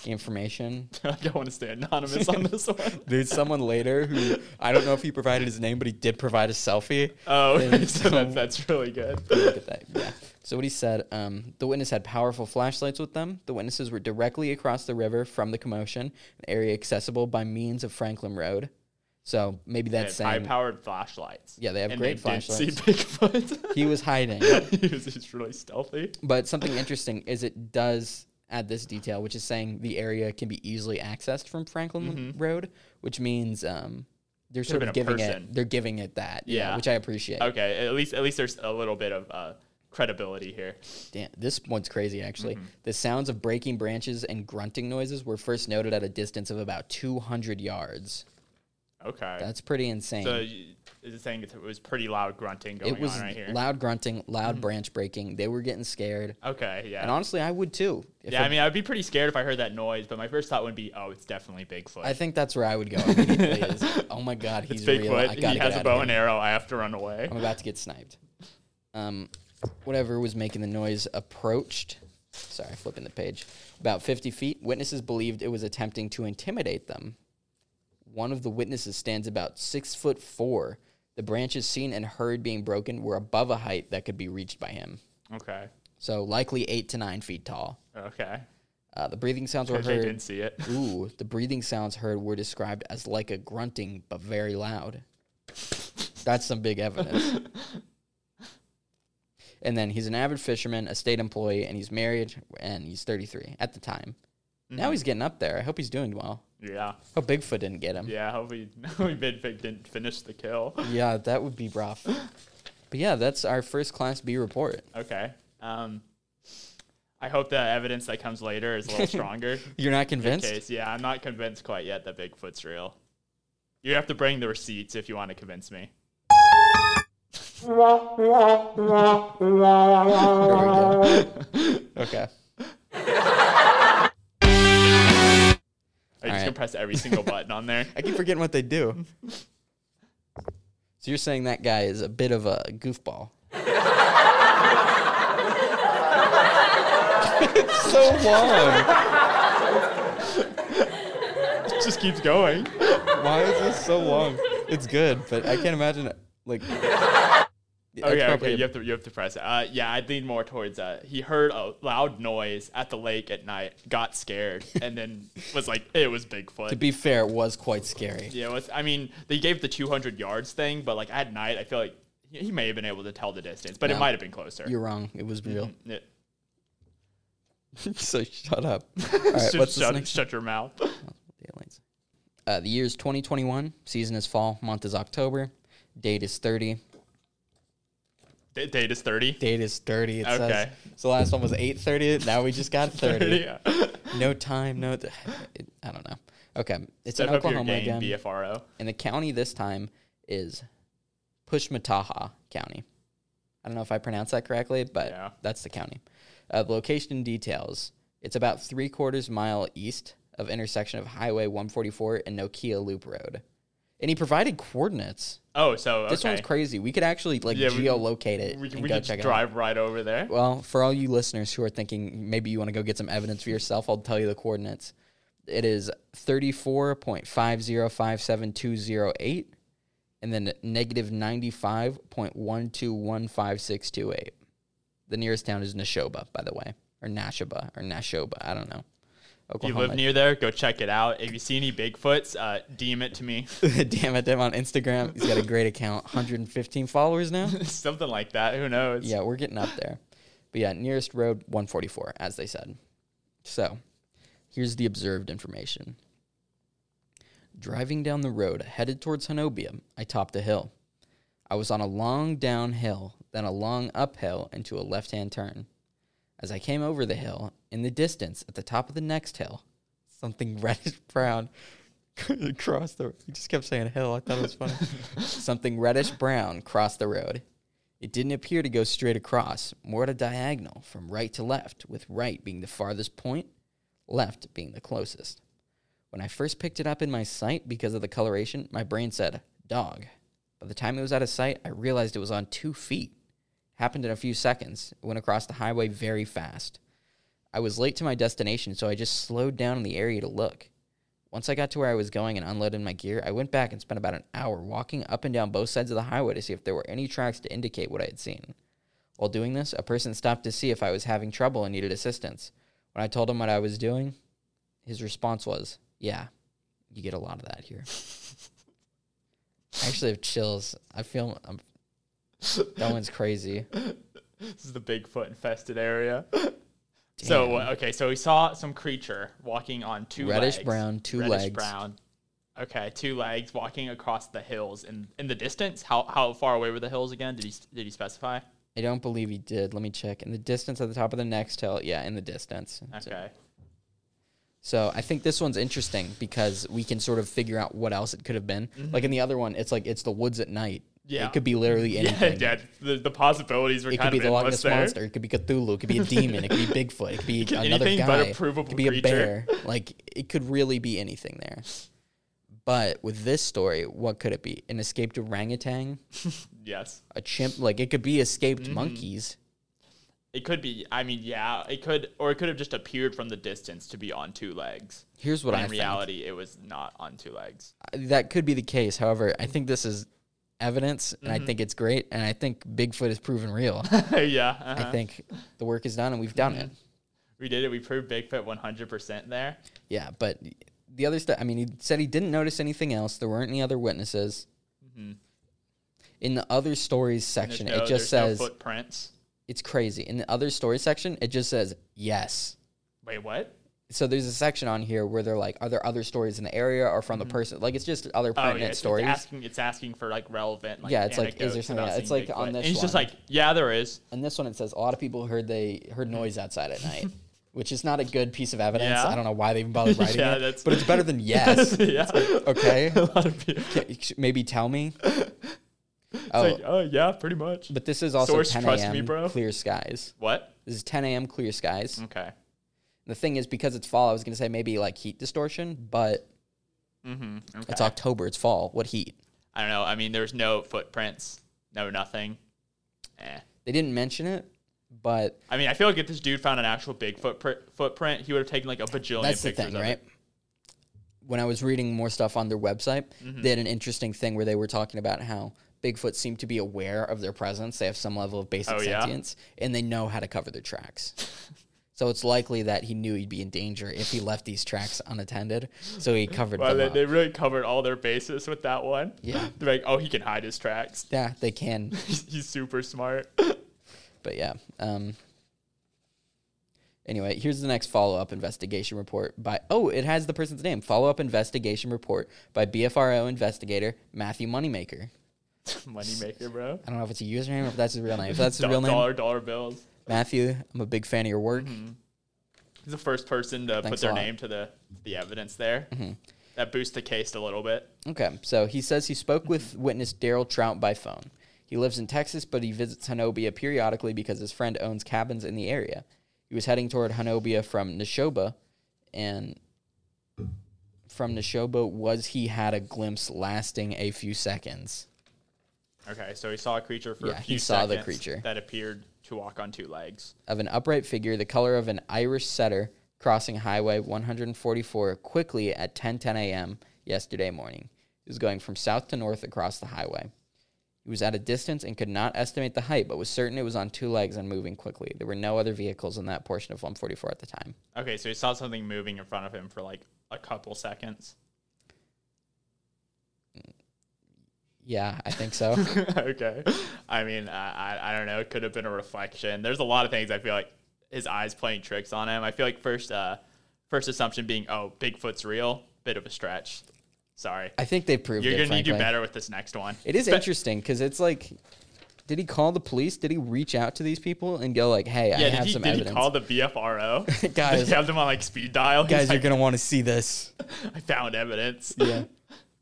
Speaker 1: information.
Speaker 2: I don't want to stay anonymous on this one.
Speaker 1: There's someone later who I don't know if he provided his name, but he did provide a selfie.
Speaker 2: Oh, okay,
Speaker 1: Then
Speaker 2: so
Speaker 1: some-
Speaker 2: that's, that's really good.
Speaker 1: Look at that. Yeah. So what he said, um, the witness had powerful flashlights with them. The witnesses were directly across the river from the commotion, an area accessible by means of Franklin Road. So maybe that's
Speaker 2: high
Speaker 1: saying
Speaker 2: powered flashlights.
Speaker 1: Yeah, they have
Speaker 2: and
Speaker 1: great
Speaker 2: they did
Speaker 1: flashlights.
Speaker 2: See Bigfoot.
Speaker 1: he was hiding.
Speaker 2: he was just really stealthy.
Speaker 1: But something interesting is it does add this detail, which is saying the area can be easily accessed from Franklin Road, which means um, they're sort
Speaker 2: have
Speaker 1: of
Speaker 2: Mm-hmm. been a
Speaker 1: giving
Speaker 2: person.
Speaker 1: it they're giving it that, yeah,
Speaker 2: Yeah.
Speaker 1: which I appreciate.
Speaker 2: Okay, at least at least there's a little bit of uh, credibility here.
Speaker 1: Damn, this one's crazy actually.
Speaker 2: Mm-hmm.
Speaker 1: The sounds of breaking branches and grunting noises were first noted at a distance of about 200 yards.
Speaker 2: Okay.
Speaker 1: That's pretty insane.
Speaker 2: so you- is it saying it's- it was pretty loud grunting going
Speaker 1: it was
Speaker 2: on right here? Mm-hmm.
Speaker 1: loud grunting, loud branch breaking. They were getting scared.
Speaker 2: Okay, yeah.
Speaker 1: And honestly, I would too. If
Speaker 2: yeah,
Speaker 1: a-
Speaker 2: I mean, I'd be pretty scared if I heard that noise, but my first thought would be, oh, it's definitely Bigfoot.
Speaker 1: I think that's where I would go immediately. is, oh my god, he's
Speaker 2: it's
Speaker 1: real. I
Speaker 2: Bigfoot.
Speaker 1: gotta
Speaker 2: He
Speaker 1: get
Speaker 2: has
Speaker 1: out
Speaker 2: a
Speaker 1: of
Speaker 2: bow
Speaker 1: here.
Speaker 2: and arrow. I have to run away.
Speaker 1: I'm about to get sniped. Um, whatever was making the noise approached. Sorry, flipping the page. About 50 feet. Witnesses believed it was attempting to intimidate them. One of the witnesses stands about six foot four. The branches seen and heard being broken were above a height that could be reached by him.
Speaker 2: Okay.
Speaker 1: so likely eight to nine feet tall.
Speaker 2: Okay.
Speaker 1: Uh, the breathing sounds were
Speaker 2: Because I
Speaker 1: heard.
Speaker 2: didn't see it.
Speaker 1: Ooh, the breathing sounds heard were described as like a grunting, but very loud. That's some big evidence. and then he's an avid fisherman, a state employee, and he's married, and he's 33 at the time. Now he's getting up there. I hope he's doing well.
Speaker 2: Yeah.
Speaker 1: Hope Bigfoot didn't get him. Yeah,
Speaker 2: Yeah. Hopefully, hopefully Bigfoot didn't finish the kill.
Speaker 1: that would be rough. But yeah, that's our first Class B report.
Speaker 2: Okay. Um, I hope the evidence that comes later is a little stronger.
Speaker 1: You're not convinced?
Speaker 2: case. Yeah, I'm not convinced quite yet that Bigfoot's real. You have to bring the receipts if you want to convince me.
Speaker 1: There we go. okay.
Speaker 2: Are you just
Speaker 1: Alright.
Speaker 2: gonna press every single button on there?
Speaker 1: I keep forgetting what they do. So you're saying that guy is a bit of a goofball. it's so long.
Speaker 2: It just keeps going.
Speaker 1: Why is this so long? It's good, but I can't imagine like
Speaker 2: Okay, okay, you have to you have to press it. Uh, yeah, I'd lean more towards uh, he heard a loud noise at the lake at night, got scared, and then was like, it was Bigfoot.
Speaker 1: to be fair, it was quite scary.
Speaker 2: yeah, it was, I mean, they gave the 200 yards thing, but like at night, I feel like he he may have been able to tell the distance, but it
Speaker 1: No.
Speaker 2: might have been closer.
Speaker 1: You're wrong. It was real.
Speaker 2: Yeah.
Speaker 1: so shut up. All right,
Speaker 2: Shut-
Speaker 1: what's this
Speaker 2: Mm-hmm. shut,
Speaker 1: next?
Speaker 2: shut your mouth.
Speaker 1: the aliens. Uh, the year is 2021. Season is fall. Month is October. Date is 30.
Speaker 2: D- Date is 30.
Speaker 1: Date is 30. It
Speaker 2: Okay.
Speaker 1: says. So the last one was 8:30. Now we just got 30.
Speaker 2: Yeah.
Speaker 1: No time. No. Th- it, I don't know. Okay. It's
Speaker 2: Step
Speaker 1: in
Speaker 2: up your
Speaker 1: Oklahoma
Speaker 2: game,
Speaker 1: again.
Speaker 2: BFRO.
Speaker 1: and the county this time is Pushmataha County. I don't know if I pronounced that correctly, but
Speaker 2: Yeah.
Speaker 1: that's the county. Uh, the location details. It's about three quarters mile east of intersection of Highway 144 and Nokia Loop Road. And he provided coordinates.
Speaker 2: Oh, so okay.
Speaker 1: This one's crazy. We could actually like
Speaker 2: Yeah, we-
Speaker 1: geolocate it
Speaker 2: We, can-
Speaker 1: and
Speaker 2: we
Speaker 1: go
Speaker 2: can
Speaker 1: check it
Speaker 2: just
Speaker 1: out.
Speaker 2: drive right over there.
Speaker 1: Well, for all you listeners who are thinking maybe you want to go get some evidence for yourself, I'll tell you the coordinates. It is 34.5057208 and then negative 95.1215628. The nearest town is Nashoba, by the way, or Nashoba, or Nashoba. I don't know.
Speaker 2: If you live near there, go check it out. If you see any Bigfoots, uh, DM it to me.
Speaker 1: Damn it, him on Instagram. He's got a great account, 115 followers now.
Speaker 2: Something like that. Who knows?
Speaker 1: Yeah, we're getting up there. But yeah, nearest road 144, as they said. So here's the observed information. Driving down the road headed towards Hanobia, I topped a hill. I was on a long downhill, then a long uphill into a left hand turn. As I came over the hill, in the distance, at the top of the next hill, something reddish brown crossed the He just kept saying hill. I thought it was funny. something reddish brown crossed the road. It didn't appear to go straight across, more at a diagonal from right to left, with right being the farthest point, left being the closest. When I first picked it up in my sight because of the coloration, my brain said, dog. By the time it was out of sight, I realized it was on two feet. Happened in a few seconds. It went across the highway very fast. I was late to my destination, so I just slowed down in the area to look. Once I got to where I was going and unloaded my gear, I went back and spent about an hour walking up and down both sides of the highway to see if there were any tracks to indicate what I had seen. While doing this, a person stopped to see if I was having trouble and needed assistance. When I told him what I was doing, his response was, Yeah, you get a lot of that here. I actually have chills. I feel I'm, that one's crazy.
Speaker 2: This is the Bigfoot infested area. So uh, okay, so we saw some creature walking on two
Speaker 1: Reddish
Speaker 2: legs.
Speaker 1: brown, two
Speaker 2: Reddish
Speaker 1: legs.
Speaker 2: brown. Okay, two legs walking across the hills in in the distance. How how far away were the hills again? Did he did he specify?
Speaker 1: I don't believe he did. Let me check. In the distance at the top of the next hill. Yeah, in the distance. So-
Speaker 2: Okay.
Speaker 1: So I think this one's interesting because we can sort of figure out what else it could have been. Like in the other one, it's like it's the woods at night.
Speaker 2: Mm-hmm. Yeah.
Speaker 1: It could be literally
Speaker 2: Yeah,
Speaker 1: anything.
Speaker 2: yeah. The, the possibilities were
Speaker 1: It could
Speaker 2: kind
Speaker 1: be
Speaker 2: of
Speaker 1: the Loch Ness
Speaker 2: endless there.
Speaker 1: monster. It could be Cthulhu. It could be a demon. It could be Bigfoot. It could be
Speaker 2: Could-
Speaker 1: another guy.
Speaker 2: anything but a
Speaker 1: it
Speaker 2: provable
Speaker 1: could be a
Speaker 2: creature.
Speaker 1: bear. Like it could really be anything there. But with this story, what could it be? An escaped orangutan,
Speaker 2: Yes.
Speaker 1: a chimp? Like it could be escaped
Speaker 2: Mm-hmm.
Speaker 1: monkeys.
Speaker 2: It could be. I mean, yeah, it could, or it could have just appeared from the distance to be on two legs.
Speaker 1: Here's what
Speaker 2: But
Speaker 1: I
Speaker 2: in
Speaker 1: think. Uh,
Speaker 2: reality, it was not on two legs.
Speaker 1: that could be the case. However, I think this is evidence, and
Speaker 2: Mm-hmm.
Speaker 1: I think it's great. And I think Bigfoot is proven real.
Speaker 2: yeah. uh-huh.
Speaker 1: I think the work is done, and we've done it.
Speaker 2: Mm-hmm. We did it. We proved Bigfoot 100% there.
Speaker 1: Yeah, but the other stuff. I mean, he said he didn't notice anything else. There weren't any other witnesses.
Speaker 2: Mm-hmm.
Speaker 1: In the other stories
Speaker 2: There's
Speaker 1: section,
Speaker 2: no-
Speaker 1: it just
Speaker 2: there's
Speaker 1: says
Speaker 2: no footprints.
Speaker 1: it's crazy. In the other story section, it just says yes.
Speaker 2: Wait, what?
Speaker 1: So there's a section on here where they're like, are there other stories in the area or from the person? Like it's just other
Speaker 2: Mm-hmm. Oh, yeah,
Speaker 1: pertinent
Speaker 2: it's- it's,
Speaker 1: stories.
Speaker 2: asking. It's asking for like relevant. Like,
Speaker 1: Yeah, it's like, is there
Speaker 2: anecdotes
Speaker 1: something-
Speaker 2: about
Speaker 1: it's
Speaker 2: seeing
Speaker 1: like on
Speaker 2: Bigfoot.
Speaker 1: this
Speaker 2: And he's just
Speaker 1: one.
Speaker 2: like, yeah, there is.
Speaker 1: And this one it says a lot of people heard they heard noise outside at night, which is not a good piece of evidence.
Speaker 2: Mm-hmm. Yeah.
Speaker 1: I don't know why they even bothered writing
Speaker 2: Yeah,
Speaker 1: it,
Speaker 2: that's-
Speaker 1: but it's better than yes.
Speaker 2: yeah.
Speaker 1: Okay,
Speaker 2: A lot of people. It's
Speaker 1: Can- maybe tell me. Oh,
Speaker 2: like, oh yeah, pretty much.
Speaker 1: but this is also
Speaker 2: source,
Speaker 1: 10
Speaker 2: trust
Speaker 1: a.m.
Speaker 2: me, bro. Mm.
Speaker 1: clear skies.
Speaker 2: What?
Speaker 1: This is 10 a.m. clear skies.
Speaker 2: Okay.
Speaker 1: The thing is, because it's fall, I was gonna say maybe like heat distortion, but
Speaker 2: Mm-hmm. Okay.
Speaker 1: it's October, it's fall. What heat?
Speaker 2: I don't know. I mean, there's no footprints, no nothing. Eh.
Speaker 1: They didn't mention it, but
Speaker 2: I mean, I feel like if this dude found an actual big footprint, footprint he would have taken like a bajillion
Speaker 1: that's the
Speaker 2: pictures
Speaker 1: thing,
Speaker 2: of
Speaker 1: right?
Speaker 2: it.
Speaker 1: When I was reading more stuff on their website,
Speaker 2: Mm-hmm.
Speaker 1: they had an interesting thing where they were talking about how Bigfoot seem to be aware of their presence. They have some level of basic
Speaker 2: Oh, yeah?
Speaker 1: sentience, and they know how to cover their tracks. so it's likely that he knew he'd be in danger if he left these tracks unattended. So he covered
Speaker 2: Well,
Speaker 1: them
Speaker 2: they,
Speaker 1: up.
Speaker 2: they really covered all their bases with that one.
Speaker 1: Yeah.
Speaker 2: They're like, oh, he can hide his tracks.
Speaker 1: yeah, they can.
Speaker 2: He's super smart.
Speaker 1: But yeah. Um, anyway, here's the next follow up investigation report by. Oh, it has the person's name. Follow up investigation report by BFRO investigator Matthew Moneymaker.
Speaker 2: Moneymaker, bro.
Speaker 1: I don't know if it's a username or if that's his real name. If that's his
Speaker 2: Do-
Speaker 1: real name,
Speaker 2: dollar, dollar bills.
Speaker 1: Matthew, I'm a big fan of your work.
Speaker 2: He's the first person to
Speaker 1: Thanks
Speaker 2: put
Speaker 1: a
Speaker 2: their
Speaker 1: lot. Mm-hmm.
Speaker 2: name to the the evidence there. That boosts the case a little bit.
Speaker 1: Okay, so he says he spoke with witness Daryl Trout by phone. He lives in Texas, but he visits Hanobia periodically because his friend owns cabins in the area. He was heading toward Hanobia from Neshoba, and from Neshoba was he had a glimpse lasting a few seconds.
Speaker 2: Okay, so he saw a creature for
Speaker 1: Yeah,
Speaker 2: a
Speaker 1: he
Speaker 2: few
Speaker 1: saw the
Speaker 2: seconds
Speaker 1: creature.
Speaker 2: that appeared to walk on two legs.
Speaker 1: of an upright figure the color of an Irish setter crossing Highway 144 quickly at 10:10 a.m. yesterday morning. He was going from south to north across the highway. He was at a distance and could not estimate the height, but was certain it was on two legs and moving quickly. There were no other vehicles in that portion of 144 at the time.
Speaker 2: Okay, so he saw something moving in front of him for like a couple seconds.
Speaker 1: Yeah, I think so.
Speaker 2: okay, I mean, I, I I don't know. It could have been a reflection. There's a lot of things I feel like his eyes playing tricks on him. I feel like first uh first assumption being oh Bigfoot's real, bit of a stretch. Sorry,
Speaker 1: I think they proved
Speaker 2: you're
Speaker 1: it.
Speaker 2: gonna need to do
Speaker 1: frankly.
Speaker 2: better with this next one.
Speaker 1: It is
Speaker 2: But-
Speaker 1: interesting because it's like, did he call the police? Did he reach out to these people and go like, "Hey, I
Speaker 2: Yeah, did,
Speaker 1: have
Speaker 2: he,
Speaker 1: some
Speaker 2: did he
Speaker 1: evidence,
Speaker 2: call the BFRO?
Speaker 1: Guys.
Speaker 2: did he have them on like speed dial? He's
Speaker 1: guys?
Speaker 2: like,
Speaker 1: you're gonna want to see this."
Speaker 2: I found evidence.
Speaker 1: yeah.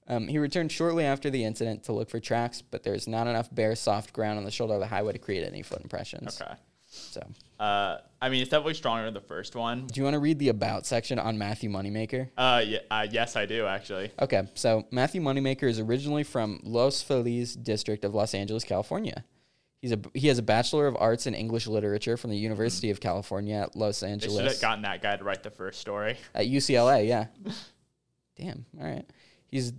Speaker 1: Um, he returned shortly after the incident to look for tracks, but there's not enough bare, soft ground on the shoulder of the highway to create any foot impressions.
Speaker 2: Okay.
Speaker 1: So, do
Speaker 2: Uh, I mean, it's definitely stronger than the first one.
Speaker 1: you want to read the about section on Matthew Moneymaker?
Speaker 2: Uh, yeah, uh, yes, I do actually.
Speaker 1: Okay, so Matthew Moneymaker is originally from Los Feliz district of Los Angeles, California. He's a he has a Bachelor of Arts in English Literature from the University of California at Los
Speaker 2: They should have
Speaker 1: Angeles
Speaker 2: gotten that guy to write the first story.
Speaker 1: at UCLA. Yeah. Damn. All right. He's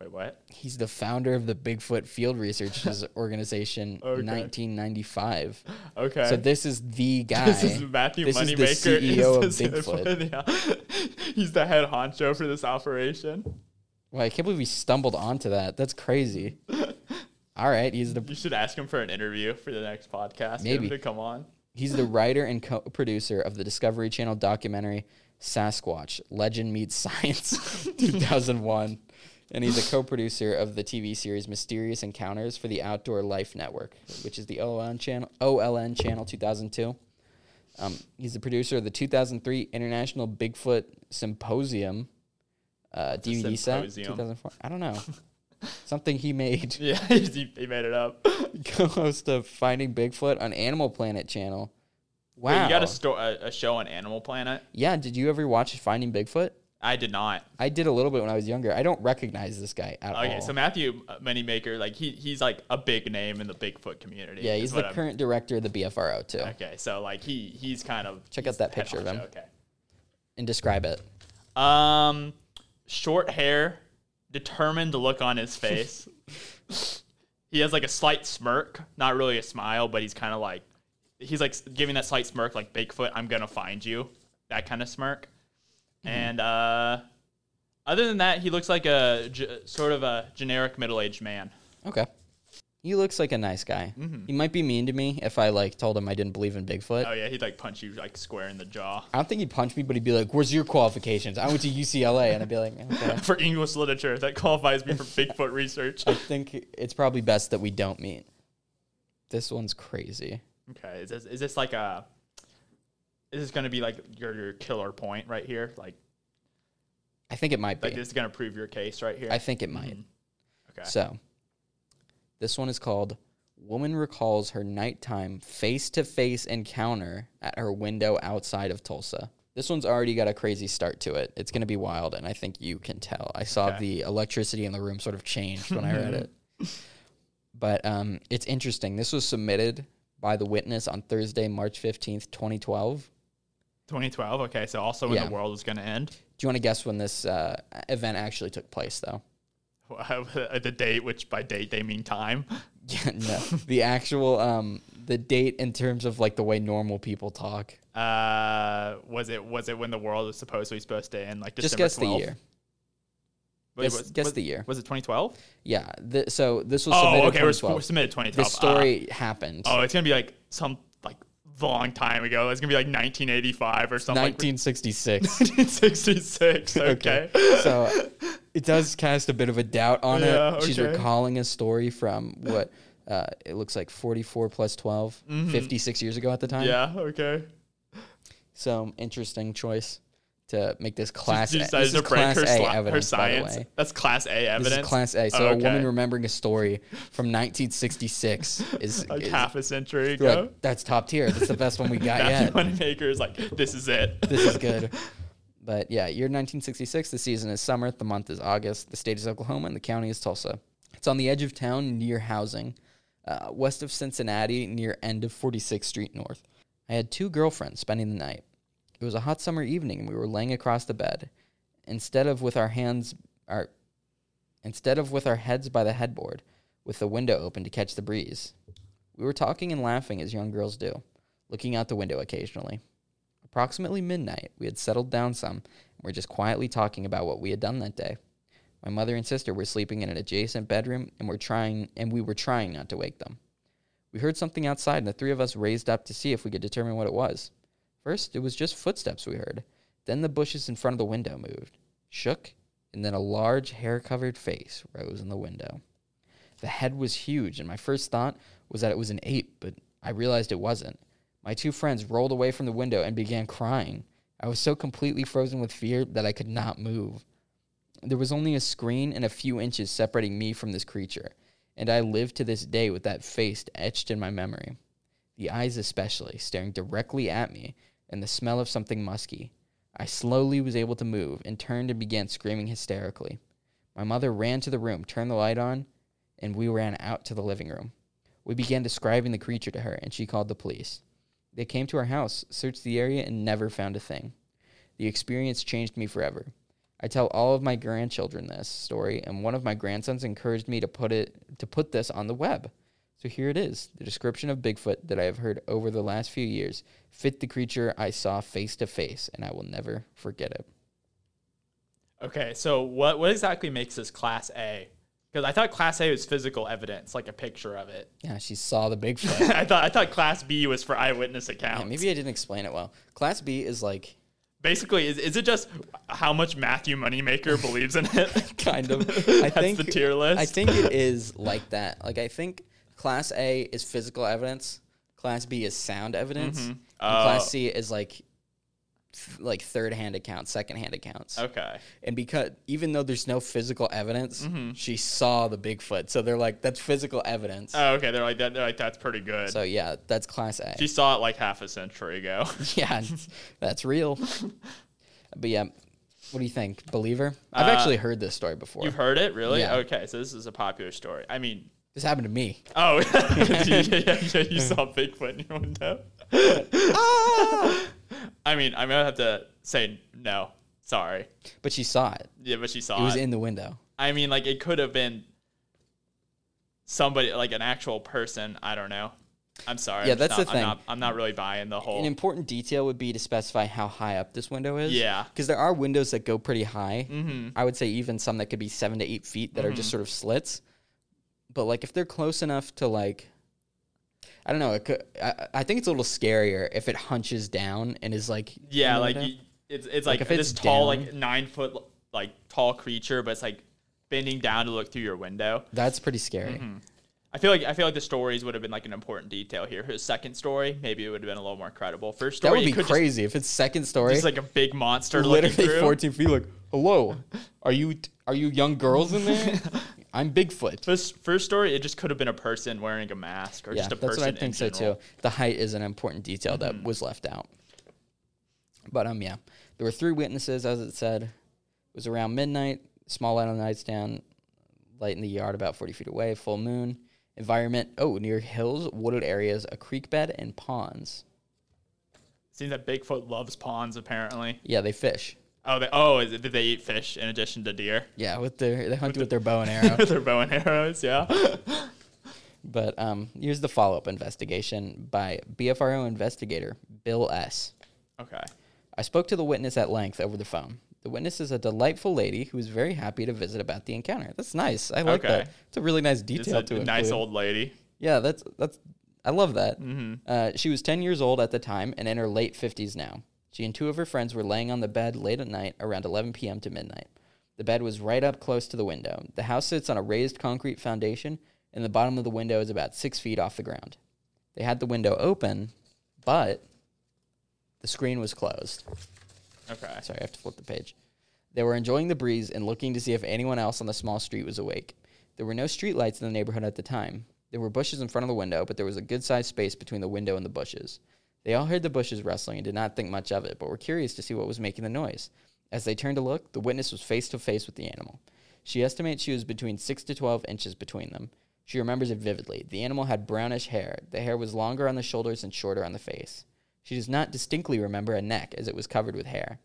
Speaker 2: Wait, what?
Speaker 1: He's the founder of the Bigfoot Field Research Organization
Speaker 2: Okay.
Speaker 1: in 1995.
Speaker 2: Okay.
Speaker 1: So this is the guy.
Speaker 2: this is Matthew
Speaker 1: this is the
Speaker 2: Moneymaker.
Speaker 1: CEO
Speaker 2: is
Speaker 1: of
Speaker 2: the
Speaker 1: Bigfoot.
Speaker 2: yeah. He's the head honcho for this operation.
Speaker 1: Wow, I can't believe he stumbled onto that. That's crazy. All right, he's the
Speaker 2: You should ask him for an interview for the next podcast. Get
Speaker 1: Maybe.
Speaker 2: him to come on.
Speaker 1: he's the writer and co-producer of the Discovery Channel documentary Sasquatch: Legend Meets Science 2001, and he's a co-producer of the TV series Mysterious Encounters for the Outdoor Life Network, which is the OLN channel OLN channel 2002. Um, he's the producer of the 2003 International Bigfoot Symposium uh, DVD set.
Speaker 2: symposium?
Speaker 1: 2004. I don't know. Something he made.
Speaker 2: Yeah, he, he made it up.
Speaker 1: Co-host of Finding Bigfoot on Animal Planet channel. Wow.
Speaker 2: Wait, you got a, sto- a, a show on Animal Planet?
Speaker 1: yeah, did you ever watch Finding Bigfoot?
Speaker 2: I did not.
Speaker 1: I did a little bit when I was younger. I don't recognize this guy at all.
Speaker 2: Okay, so Matthew Moneymaker, like he he's like a big name in the Bigfoot community.
Speaker 1: yeah,
Speaker 2: is
Speaker 1: he's
Speaker 2: what
Speaker 1: the
Speaker 2: I'm-
Speaker 1: current director of the BFRO too.
Speaker 2: Okay, so like he he's kind of
Speaker 1: Check
Speaker 2: he's
Speaker 1: out that
Speaker 2: head
Speaker 1: picture of
Speaker 2: honcho,
Speaker 1: him. And describe it.
Speaker 2: Okay. Um, short hair, determined look on his face. he has like a slight smirk, not really a smile, but he's kind of like he's like giving that slight smirk, like Bigfoot, I'm gonna find you, that kind of smirk. And uh, other than that, he looks like a ge- sort of a generic middle-aged man.
Speaker 1: Okay. He looks like a nice guy.
Speaker 2: Mm-hmm.
Speaker 1: He might be mean to me if I like told him I didn't believe in Bigfoot.
Speaker 2: Oh yeah, he'd like punch you like square in the jaw
Speaker 1: I don't think he'd punch me, but he'd be like, "Where's your qualifications? I went to UCLA," and I'd be like, okay.
Speaker 2: for English literature. That qualifies me for Bigfoot research.
Speaker 1: "I think it's probably best that we don't meet." This one's crazy.
Speaker 2: Okay, is this, is this like a? Is this gonna be like your your killer point right here? Like
Speaker 1: I think it might be.
Speaker 2: like this is gonna prove your case right here.
Speaker 1: I think it might.
Speaker 2: Mm-hmm. okay.
Speaker 1: So, this one is called Woman Recalls Her Nighttime Face to Face Encounter at Her Window Outside of Tulsa. This one's already got a crazy start to it. It's going to be wild, and I think you can tell. I saw
Speaker 2: Okay.
Speaker 1: the electricity in the room sort of changed when I read it. But um, it's interesting. This was submitted by the witness on Thursday, March 15th, 2012.
Speaker 2: 2012. Okay, so also when
Speaker 1: Yeah.
Speaker 2: the world is gonna end.
Speaker 1: Do you want to guess when this uh, event actually took place, though?
Speaker 2: the date, which by date they mean time.
Speaker 1: Yeah, no. the actual um the date in terms of like the way normal people talk.
Speaker 2: Uh, was it was it when the world was supposedly supposed to end? Like
Speaker 1: Just
Speaker 2: December
Speaker 1: guess
Speaker 2: 12th?
Speaker 1: the year.
Speaker 2: Wait,
Speaker 1: guess
Speaker 2: was,
Speaker 1: guess
Speaker 2: was-
Speaker 1: the year.
Speaker 2: Was it 2012?
Speaker 1: Yeah. th- so this was
Speaker 2: Oh,
Speaker 1: submitted
Speaker 2: okay. We're, s-
Speaker 1: 2012.
Speaker 2: we're submitted 2012.
Speaker 1: This story happened.
Speaker 2: Ah. oh, it's gonna be like some like long time ago. It's gonna be like 1985 or something. like
Speaker 1: 1966.
Speaker 2: 1966. Okay.
Speaker 1: so it does cast a bit of a doubt on
Speaker 2: Yeah,
Speaker 1: it. She's
Speaker 2: okay.
Speaker 1: recalling a story from what uh, it looks like 44 plus 12, 56 years ago at the time.
Speaker 2: Mm-hmm. Yeah. Okay.
Speaker 1: So interesting choice to make this
Speaker 2: She-
Speaker 1: class.
Speaker 2: She
Speaker 1: A-
Speaker 2: decided
Speaker 1: this is
Speaker 2: to break
Speaker 1: class
Speaker 2: her,
Speaker 1: A
Speaker 2: sli- her
Speaker 1: evidence, by the
Speaker 2: science.
Speaker 1: way.
Speaker 2: That's class A
Speaker 1: This
Speaker 2: evidence.
Speaker 1: is class A. So
Speaker 2: Oh,
Speaker 1: a woman
Speaker 2: okay.
Speaker 1: remembering a story from 1966 is,
Speaker 2: like
Speaker 1: is-
Speaker 2: half a century
Speaker 1: you're
Speaker 2: ago.
Speaker 1: like, that's top tier. That's the best one we got
Speaker 2: Matthew
Speaker 1: yet.
Speaker 2: Wanamaker is like, this is it.
Speaker 1: This is good. But yeah, year 1966. The season is summer. The month is August. The state is Oklahoma, and the county is Tulsa. It's on the edge of town, near housing, uh, west of Cincinnati, near end of 46th Street North. I had two girlfriends spending the night. It was a hot summer evening, and we were laying across the bed. Instead of with our hands, our instead of with our heads by the headboard, with the window open to catch the breeze. We were talking and laughing as young girls do, looking out the window occasionally. Approximately midnight, we had settled down some and were just quietly talking about what we had done that day. My mother and sister were sleeping in an adjacent bedroom and were trying and we were trying not to wake them. We heard something outside and the three of us raised up to see if we could determine what it was. First, it was just footsteps we heard. Then the bushes in front of the window moved, shook, and then a large hair-covered face rose in the window. The head was huge, and my first thought was that it was an ape, but I realized it wasn't. My two friends rolled away from the window and began crying. I was so completely frozen with fear that I could not move. There was only a screen and a few inches separating me from this creature, and I live to this day with that face etched in my memory. The eyes, especially, staring directly at me, and the smell of something musky. I slowly was able to move and turned and began screaming hysterically. My mother ran to the room, turned the light on, and we ran out to the living room. We began describing the creature to her, and she called the police. They came to our house, searched the area, and never found a thing. The experience changed me forever. I tell all of my grandchildren this story, and one of my grandsons encouraged me to put it to put this on the web. So here it is. The description of Bigfoot that I have heard over the last few years fit the creature I saw face to face, and I will never forget it.
Speaker 2: Okay, so what what exactly makes this class A? Because I thought class A was physical evidence, like a picture of it.
Speaker 1: Yeah, she saw the Bigfoot.
Speaker 2: I thought I thought class B was for eyewitness accounts.
Speaker 1: Yeah, maybe I didn't explain it well. Class B is like
Speaker 2: Basically, is, is it just how much Matthew Moneymaker believes in it?
Speaker 1: kind of. I
Speaker 2: That's
Speaker 1: think
Speaker 2: the tier list.
Speaker 1: I think it is like that. Like I think class A is physical evidence, class B is sound evidence, and class
Speaker 2: Oh.
Speaker 1: C is like th- like third hand accounts, second hand accounts.
Speaker 2: okay.
Speaker 1: And because even though there's no physical evidence,
Speaker 2: Mm-hmm.
Speaker 1: she saw the Bigfoot. So they're like that's physical evidence.
Speaker 2: Oh, okay. They're like that. They're like that's pretty good.
Speaker 1: so yeah, that's class A.
Speaker 2: she saw it like half a century ago.
Speaker 1: yeah, it's- that's real. but yeah, what do you think, believer? I've
Speaker 2: Uh,
Speaker 1: actually heard this story before.
Speaker 2: You've heard it, really?
Speaker 1: Yeah.
Speaker 2: Okay, so this is a popular story. I mean,
Speaker 1: This happened to me.
Speaker 2: oh, yeah, yeah, yeah, you saw Bigfoot in your window. I mean, I'm gonna have to say no. Sorry.
Speaker 1: But she saw it.
Speaker 2: Yeah, but she saw
Speaker 1: It was
Speaker 2: it.
Speaker 1: in the window.
Speaker 2: I mean, like it could have been somebody, like an actual person. I don't know. I'm sorry.
Speaker 1: Yeah,
Speaker 2: I'm just
Speaker 1: that's
Speaker 2: not,
Speaker 1: the
Speaker 2: I'm
Speaker 1: thing.
Speaker 2: not, I'm not really buying the
Speaker 1: An
Speaker 2: whole.
Speaker 1: important detail would be to specify how high up this window is.
Speaker 2: Yeah. Mm-hmm.
Speaker 1: Because there are windows that go pretty high. I would say even some that could be seven to eight feet that are just sort of slits. But like if they're close enough to like, I don't know. It could, I, I think it's a little scarier if it hunches down and is like
Speaker 2: yeah,
Speaker 1: you know
Speaker 2: like
Speaker 1: what I-
Speaker 2: you, it's it's like,
Speaker 1: if
Speaker 2: this
Speaker 1: it's
Speaker 2: tall,
Speaker 1: down-
Speaker 2: like nine foot, like tall creature, but it's like bending down to look through your window.
Speaker 1: that's pretty scary.
Speaker 2: Mm-hmm. I feel like I feel like the stories would have been like an important detail here. His second story, maybe it would have been a little more credible. First
Speaker 1: That
Speaker 2: story,
Speaker 1: would
Speaker 2: you
Speaker 1: be
Speaker 2: could
Speaker 1: crazy if it's second story.
Speaker 2: Just, just like a big monster looking
Speaker 1: literally
Speaker 2: through.
Speaker 1: 14 feet. Like hello, are you are you young girls in there? I'm Bigfoot.
Speaker 2: First, first story, it just could have been a person wearing a mask or just a person.
Speaker 1: that's what I think
Speaker 2: in
Speaker 1: so
Speaker 2: general. Mm-hmm.
Speaker 1: too. The height is an important detail that was left out. But um, yeah, there were three witnesses, as it said. It was around midnight. Small light on the nightstand, light in the yard about forty feet away. Full moon. Environment: Oh, near hills, wooded areas, a creek bed, and ponds.
Speaker 2: Seems that Bigfoot loves ponds apparently.
Speaker 1: Yeah, they fish.
Speaker 2: Oh, they, oh, is it, did they eat fish in addition to deer?
Speaker 1: Yeah, with their they hunt with their bow and arrow.
Speaker 2: Their bow and arrows, yeah.
Speaker 1: But um, here's the follow up investigation by BFRO investigator Bill S.
Speaker 2: Okay.
Speaker 1: I spoke to the witness at length over the phone. The witness is a delightful lady who is very happy to visit about the encounter. That's nice. I like
Speaker 2: Okay.
Speaker 1: that. It's a really nice
Speaker 2: It's
Speaker 1: detail
Speaker 2: a
Speaker 1: to
Speaker 2: nice
Speaker 1: include.
Speaker 2: old Mm-hmm. lady.
Speaker 1: Yeah, that's that's. I love that. Uh, she was 10 years old at the time and in her late 50s now. She and two of her friends were laying on the bed late at night, around 11 p.m. to midnight. The bed was right up close to the window. The house sits on a raised concrete foundation, and the bottom of the window is about six feet off the ground. They had the window open, but the screen was closed.
Speaker 2: Okay.
Speaker 1: Sorry, I have to flip the page. They were enjoying the breeze and looking to see if anyone else on the small street was awake. There were no streetlights in the neighborhood at the time. There were bushes in front of the window, but there was a good sized space between the window and the bushes. They all heard the bushes rustling and did not think much of it, but were curious to see what was making the noise. As they turned to look, the witness was face to face with the animal. She estimates she was between 6 to 12 inches between them. She remembers it vividly. The animal had brownish hair. The hair was longer on the shoulders and shorter on the face. She does not distinctly remember a neck, as it was covered with hair.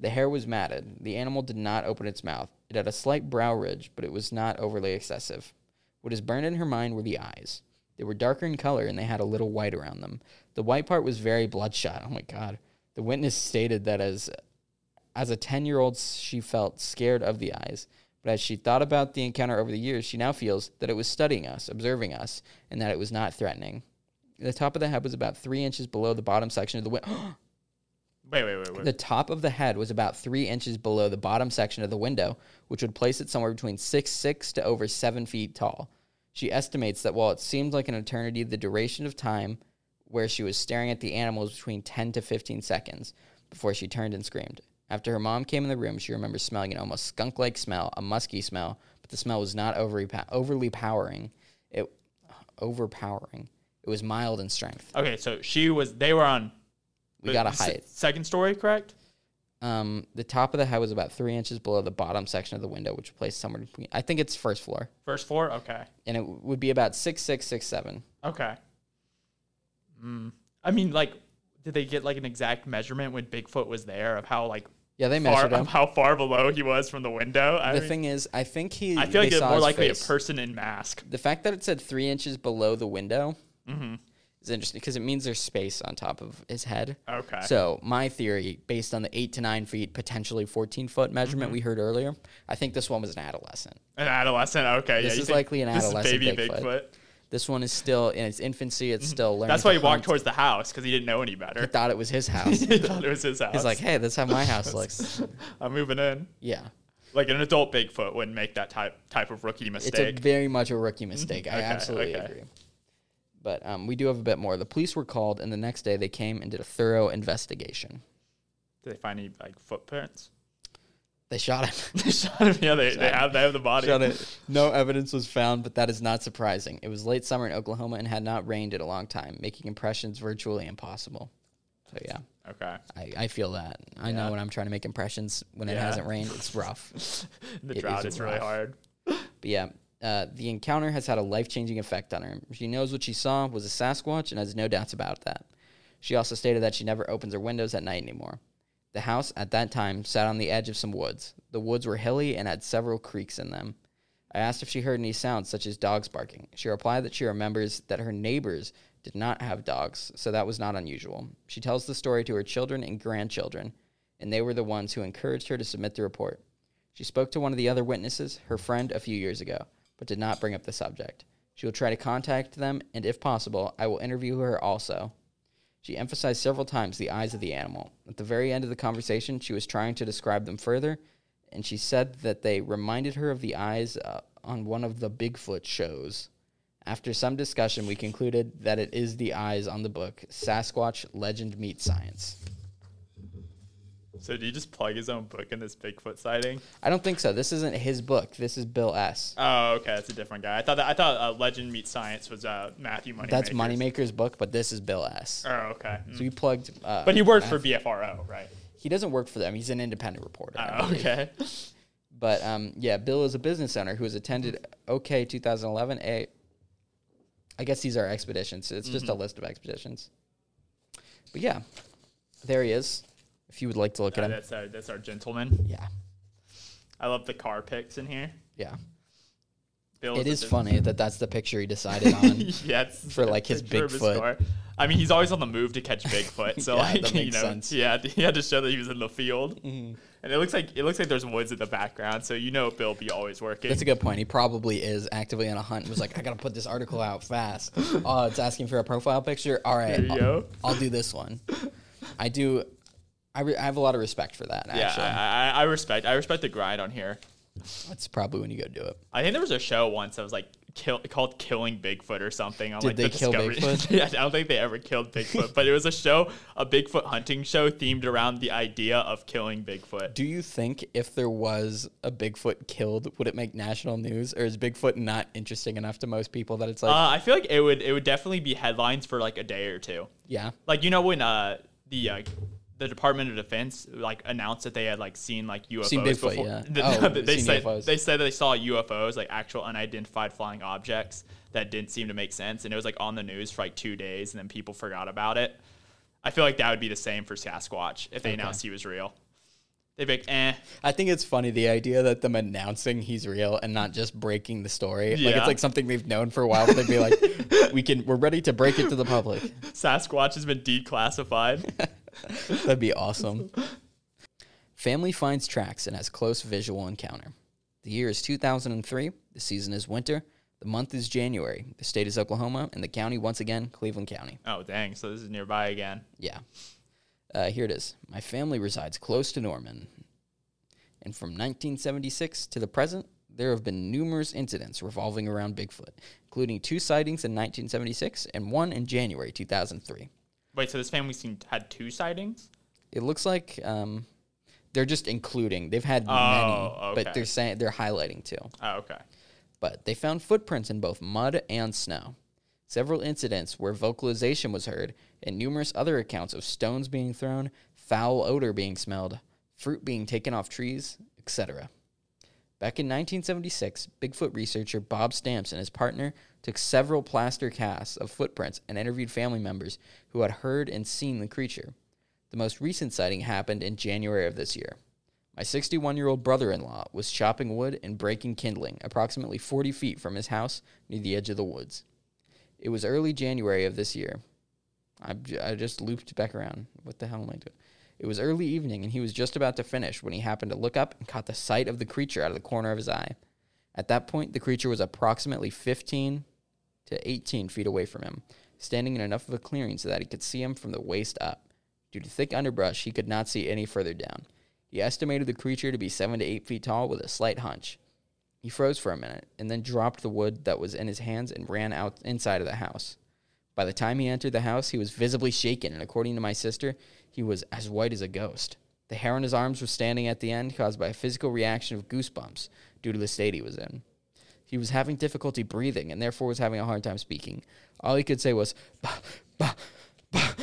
Speaker 1: The hair was matted. The animal did not open its mouth. It had a slight brow ridge, but it was not overly excessive. What is burned in her mind were the eyes. They were darker in color and they had a little white around them. The white part was very bloodshot. Oh my god. The witness stated that as as a 10-year-old she felt scared of the eyes, but as she thought about the encounter over the years, she now feels that it was studying us, observing us, and that it was not threatening. The top of the head was about 3 inches below the bottom section of the window.
Speaker 2: Wait, wait, wait, wait.
Speaker 1: The top of the head was about three inches below the bottom section of the window, which would place it somewhere between six six to over seven feet tall. She estimates that while it seemed like an eternity, the duration of time where she was staring at the animal was between ten to fifteen seconds before she turned and screamed. After her mom came in the room, she remembers smelling an almost skunk-like smell, a musky smell, but the smell was not overly pow- overly powering. It overpowering. It was mild in strength.
Speaker 2: okay, so she was. They were on.
Speaker 1: We gotta
Speaker 2: the
Speaker 1: hide.
Speaker 2: se- Second story, correct?
Speaker 1: Um, the top of the head was about three inches below the bottom section of the window, which placed somewhere between. I think it's first floor,
Speaker 2: First floor. Okay.
Speaker 1: and it w- would be about six, six, six, seven.
Speaker 2: Okay. Mm. I mean, like, did they get like an exact measurement when Bigfoot was there of how like
Speaker 1: Yeah, they
Speaker 2: far
Speaker 1: measured
Speaker 2: of
Speaker 1: him.
Speaker 2: how far below he was from the window? I
Speaker 1: The
Speaker 2: mean,
Speaker 1: thing is, I think he.
Speaker 2: I feel like
Speaker 1: they
Speaker 2: it's
Speaker 1: saw
Speaker 2: more
Speaker 1: his
Speaker 2: likely
Speaker 1: face.
Speaker 2: a person in mask.
Speaker 1: The fact that it said three inches below the window
Speaker 2: Mm-hmm.
Speaker 1: is interesting because it means there's space on top of his head.
Speaker 2: Okay.
Speaker 1: So my theory, based on the eight to nine feet, potentially fourteen foot
Speaker 2: Mm-hmm.
Speaker 1: measurement we heard earlier, I think this one was an adolescent.
Speaker 2: An adolescent. Okay.
Speaker 1: This
Speaker 2: yeah, you
Speaker 1: is
Speaker 2: think
Speaker 1: likely an
Speaker 2: this is
Speaker 1: adolescent
Speaker 2: baby
Speaker 1: Bigfoot.
Speaker 2: Bigfoot.
Speaker 1: This one is still in its infancy. It's still learning.
Speaker 2: Mm-hmm. That's why
Speaker 1: to
Speaker 2: he walked
Speaker 1: hunt.
Speaker 2: towards the house because he didn't know any better.
Speaker 1: Thought it was his house.
Speaker 2: he thought it was his house.
Speaker 1: He's like, hey, that's how my house looks.
Speaker 2: I'm moving in.
Speaker 1: Yeah.
Speaker 2: Like an adult Bigfoot wouldn't make that type type of rookie
Speaker 1: It's
Speaker 2: mistake.
Speaker 1: a very much a rookie mistake. I
Speaker 2: Okay,
Speaker 1: absolutely
Speaker 2: okay.
Speaker 1: agree. But um, we do have a bit more. The police were called, and the next day they came and did a thorough investigation.
Speaker 2: Did they find any like footprints?
Speaker 1: They shot him.
Speaker 2: they shot him. Yeah, they, they have they have the body.
Speaker 1: No evidence was found, but that is not surprising. It was late summer in Oklahoma and had not rained in a long time, making impressions virtually impossible. So, yeah,
Speaker 2: Okay.
Speaker 1: I, I feel that. I know when I'm trying to make impressions when it
Speaker 2: Yeah.
Speaker 1: hasn't rained, it's rough.
Speaker 2: The
Speaker 1: is
Speaker 2: drought is, really
Speaker 1: rough.
Speaker 2: hard.
Speaker 1: But yeah, uh, the encounter has had a life changing effect on her. She knows what she saw was a Sasquatch and has no doubts about that. She also stated that she never opens her windows at night anymore. The house at that time sat on the edge of some woods. The woods were hilly and had several creeks in them. I asked if she heard any sounds such as dogs barking. She replied that she remembers that her neighbors did not have dogs, so that was not unusual. She tells the story to her children and grandchildren, and they were the ones who encouraged her to submit the report. She spoke to one of the other witnesses, her friend, a few years ago, but did not bring up the subject. She will try to contact them, and if possible, I will interview her also. She emphasized several times the eyes of the animal. At the very end of the conversation, she was trying to describe them further, and she said that they reminded her of the eyes uh, on one of the Bigfoot shows. After some discussion, we concluded that it is the eyes on the book Sasquatch Legend Meets Science.
Speaker 2: So do you just plug his own book in this Bigfoot sighting?
Speaker 1: I don't think so. This isn't his book. This is Bill S.
Speaker 2: Oh, okay, that's a different guy. I thought that, I thought uh, Legend Meets Science was uh, Matthew Money.
Speaker 1: That's Moneymaker's book, but this is Bill S.
Speaker 2: Oh, okay. Mm.
Speaker 1: So you plugged. Uh,
Speaker 2: But he worked for BFRO, right?
Speaker 1: he doesn't work for them. He's an independent reporter. I
Speaker 2: Oh,
Speaker 1: believe.
Speaker 2: okay.
Speaker 1: But um, yeah, Bill is a business owner who has attended
Speaker 2: Mm-hmm.
Speaker 1: OK 2011. A, I guess these are expeditions. So it's just a
Speaker 2: Mm-hmm.
Speaker 1: list of expeditions. But yeah, there he is. If you would like to look at him,
Speaker 2: Uh, that's our that's our gentleman.
Speaker 1: yeah,
Speaker 2: I love the car pics in here.
Speaker 1: yeah.
Speaker 2: Bill
Speaker 1: It
Speaker 2: a
Speaker 1: is
Speaker 2: business-
Speaker 1: funny that that's the picture he decided on.
Speaker 2: yeah, it's
Speaker 1: for,
Speaker 2: a
Speaker 1: like, his
Speaker 2: picture of his
Speaker 1: Bigfoot.
Speaker 2: car. I mean, he's always on the move to catch Bigfoot, so
Speaker 1: Yeah,
Speaker 2: like
Speaker 1: that
Speaker 2: you
Speaker 1: makes
Speaker 2: know,
Speaker 1: sense. Mm-hmm.
Speaker 2: yeah, he had to show that he was in the field, and it looks like it looks like there's woods in the background, so you know Bill be always working.
Speaker 1: That's a good point. He probably is actively on a hunt. and Was like, I gotta put this article out fast. Oh, it's asking for a profile picture. All right,
Speaker 2: There you
Speaker 1: I'll,
Speaker 2: go.
Speaker 1: I'll do this one. I do. I, re- I have a lot of respect for that.
Speaker 2: yeah,
Speaker 1: Actually,
Speaker 2: I, I, I respect I respect the grind on here.
Speaker 1: that's probably when you go do it.
Speaker 2: I think there was a show once that was like kill, called "Killing Bigfoot" or something. On,
Speaker 1: Did
Speaker 2: like,
Speaker 1: they
Speaker 2: the
Speaker 1: kill
Speaker 2: Discovery.
Speaker 1: Bigfoot?
Speaker 2: yeah, I don't think they ever killed Bigfoot, but it was a show, a Bigfoot hunting show themed around the idea of killing Bigfoot.
Speaker 1: Do you think if there was a Bigfoot killed, would it make national news, or is Bigfoot not interesting enough to most people that it's like,
Speaker 2: Uh, I feel like it would it would definitely be headlines for like a day or two.
Speaker 1: yeah,
Speaker 2: Like you know when uh the uh, the Department of Defense like announced that they had like seen like UFOs
Speaker 1: Bigfoot,
Speaker 2: before.
Speaker 1: yeah.
Speaker 2: Th-
Speaker 1: Oh,
Speaker 2: they
Speaker 1: seen
Speaker 2: said
Speaker 1: UFOs.
Speaker 2: they said that they saw UFOs like actual unidentified flying objects that didn't seem to make sense, and it was like on the news for like two days, and then people forgot about it. I feel like that would be the same for Sasquatch if they announced he was real. They'd be like, eh,
Speaker 1: I think it's funny the idea that them announcing he's real and not just breaking the story. Like
Speaker 2: Yeah.
Speaker 1: it's like something they've known for a while. But they'd be like, we can, we're ready to break it to the public.
Speaker 2: Sasquatch has been declassified.
Speaker 1: That'd be awesome. Family finds tracks and has close visual encounter. The year is 2003. The season is winter. The month is January. The state is Oklahoma, and the county once again Cleveland County.
Speaker 2: oh dang! So this is nearby again.
Speaker 1: Yeah. Uh, here it is. My family resides close to Norman. And from 1976 to the present, there have been numerous incidents revolving around Bigfoot, including two sightings in 1976 and one in January 2003.
Speaker 2: Wait, so this family seemed had two sightings?
Speaker 1: It looks like um, they're just including. They've had
Speaker 2: Oh,
Speaker 1: many,
Speaker 2: okay.
Speaker 1: but they're saying they're highlighting two.
Speaker 2: Oh, okay.
Speaker 1: But they found footprints in both mud and snow. Several incidents where vocalization was heard, and numerous other accounts of stones being thrown, foul odor being smelled, fruit being taken off trees, etc. Back in 1976, Bigfoot researcher Bob Stamps and his partner took several plaster casts of footprints and interviewed family members who had heard and seen the creature. The most recent sighting happened in January of this year. My 61 year old brother in law was chopping wood and breaking kindling approximately 40 feet from his house near the edge of the woods. It was early January of this year. I, j- I just looped back around. What the hell am I doing? It was early evening, and he was just about to finish when he happened to look up and caught the sight of the creature out of the corner of his eye. At that point, the creature was approximately 15 to 18 feet away from him, standing in enough of a clearing so that he could see him from the waist up. Due to thick underbrush, he could not see any further down. He estimated the creature to be 7 to 8 feet tall with a slight hunch. He froze for a minute and then dropped the wood that was in his hands and ran out inside of the house. By the time he entered the house, he was visibly shaken, and according to my sister, he was as white as a ghost. The hair on his arms was standing at the end, caused by a physical reaction of goosebumps due to the state he was in. He was having difficulty breathing and therefore was having a hard time speaking. All he could say was, bah, bah, bah.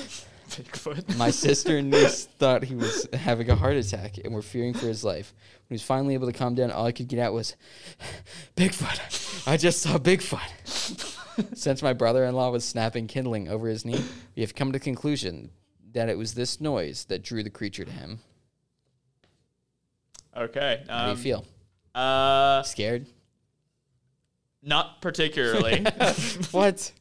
Speaker 2: Bigfoot.
Speaker 1: My sister and niece thought he was having a heart attack and were fearing for his life. When he was finally able to calm down, all I could get out was, Bigfoot. I just saw Bigfoot. Since my brother in law was snapping kindling over his knee, we have come to the conclusion that it was this noise that drew the creature to him.
Speaker 2: Okay. Um,
Speaker 1: How do you feel?
Speaker 2: Uh,
Speaker 1: Scared?
Speaker 2: not particularly.
Speaker 1: what?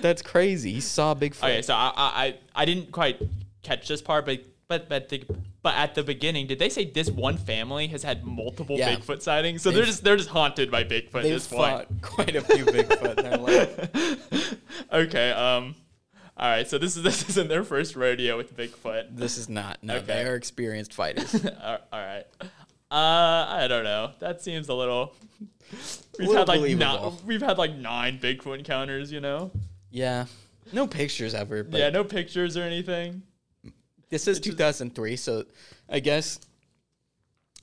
Speaker 1: That's crazy. He saw Bigfoot.
Speaker 2: okay, so I, I I- I didn't quite catch this part, but but but the, but at the beginning, did they say this one family has had multiple
Speaker 1: Yeah.
Speaker 2: Bigfoot sightings? So
Speaker 1: They've-
Speaker 2: they're just they're just haunted by Bigfoot at
Speaker 1: They've
Speaker 2: this point.
Speaker 1: fought quite a few Bigfoot in their life.
Speaker 2: Okay. Um. All right. So this is this isn't their first rodeo with Bigfoot.
Speaker 1: This is not. No,
Speaker 2: Okay.
Speaker 1: they are experienced fighters.
Speaker 2: All right. Uh, I don't know. That seems a little. We've
Speaker 1: Little
Speaker 2: had like nine,
Speaker 1: believable.
Speaker 2: we've had like nine Bigfoot encounters, you know.
Speaker 1: yeah. No pictures ever. But
Speaker 2: yeah, no pictures or anything.
Speaker 1: This is 2003, so I guess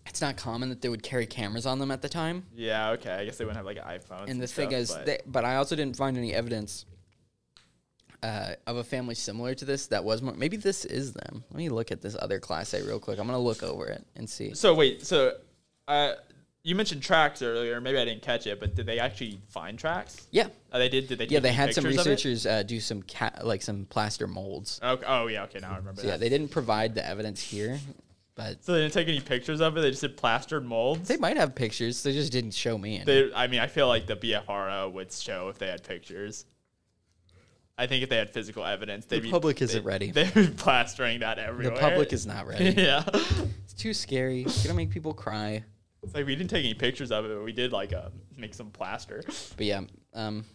Speaker 1: it's not common that they would carry cameras on them at the time.
Speaker 2: Yeah, okay. I guess they wouldn't have like iPhones.
Speaker 1: And the thing is,
Speaker 2: but,
Speaker 1: they, but I also didn't find any evidence uh, of a family similar to this that was more. Maybe this is them. Let me look at this other class A real quick. I'm gonna look over it and see.
Speaker 2: so wait, so uh, you mentioned tracks earlier. Maybe I didn't catch it, but did they actually find tracks?
Speaker 1: Yeah,
Speaker 2: Oh, they did. Did they?
Speaker 1: yeah.
Speaker 2: take
Speaker 1: They
Speaker 2: any
Speaker 1: had some
Speaker 2: pictures of it?
Speaker 1: researchers uh, do some ca- like some plaster molds.
Speaker 2: Okay. Oh yeah. Okay. Now I remember
Speaker 1: So yeah,
Speaker 2: that.
Speaker 1: they didn't provide the evidence here, but
Speaker 2: so they didn't take any pictures of it. They just did plastered molds.
Speaker 1: they might have pictures. They just didn't show me any.
Speaker 2: They, I mean, I feel like the BFRO would show if they had pictures. I think if they had physical evidence, they'd
Speaker 1: The
Speaker 2: be,
Speaker 1: public
Speaker 2: they-
Speaker 1: isn't ready.
Speaker 2: They'd be plastering that
Speaker 1: the
Speaker 2: everywhere.
Speaker 1: public is not ready.
Speaker 2: yeah.
Speaker 1: It's too scary. It's gonna make people cry.
Speaker 2: It's like we didn't take any pictures of it, but we did like uh, make some plaster.
Speaker 1: But yeah. Um.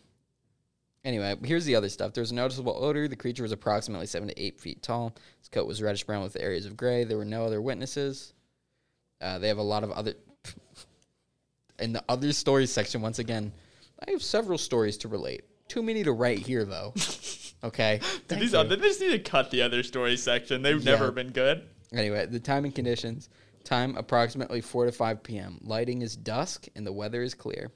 Speaker 1: Anyway, here's the other stuff. There was a noticeable odor. The creature was approximately seven to eight feet tall. Its coat was reddish brown with areas of gray. There were no other witnesses. Uh, they have a lot of other. In the other stories section, once again, I have several stories to relate. Too many to write here, though. Okay. Thank
Speaker 2: These
Speaker 1: you.
Speaker 2: other, they just need to cut the other story section. They've
Speaker 1: Yeah.
Speaker 2: never been good.
Speaker 1: Anyway, the time and conditions. Time approximately 4 to 5 p.m. Lighting is dusk and the weather is clear.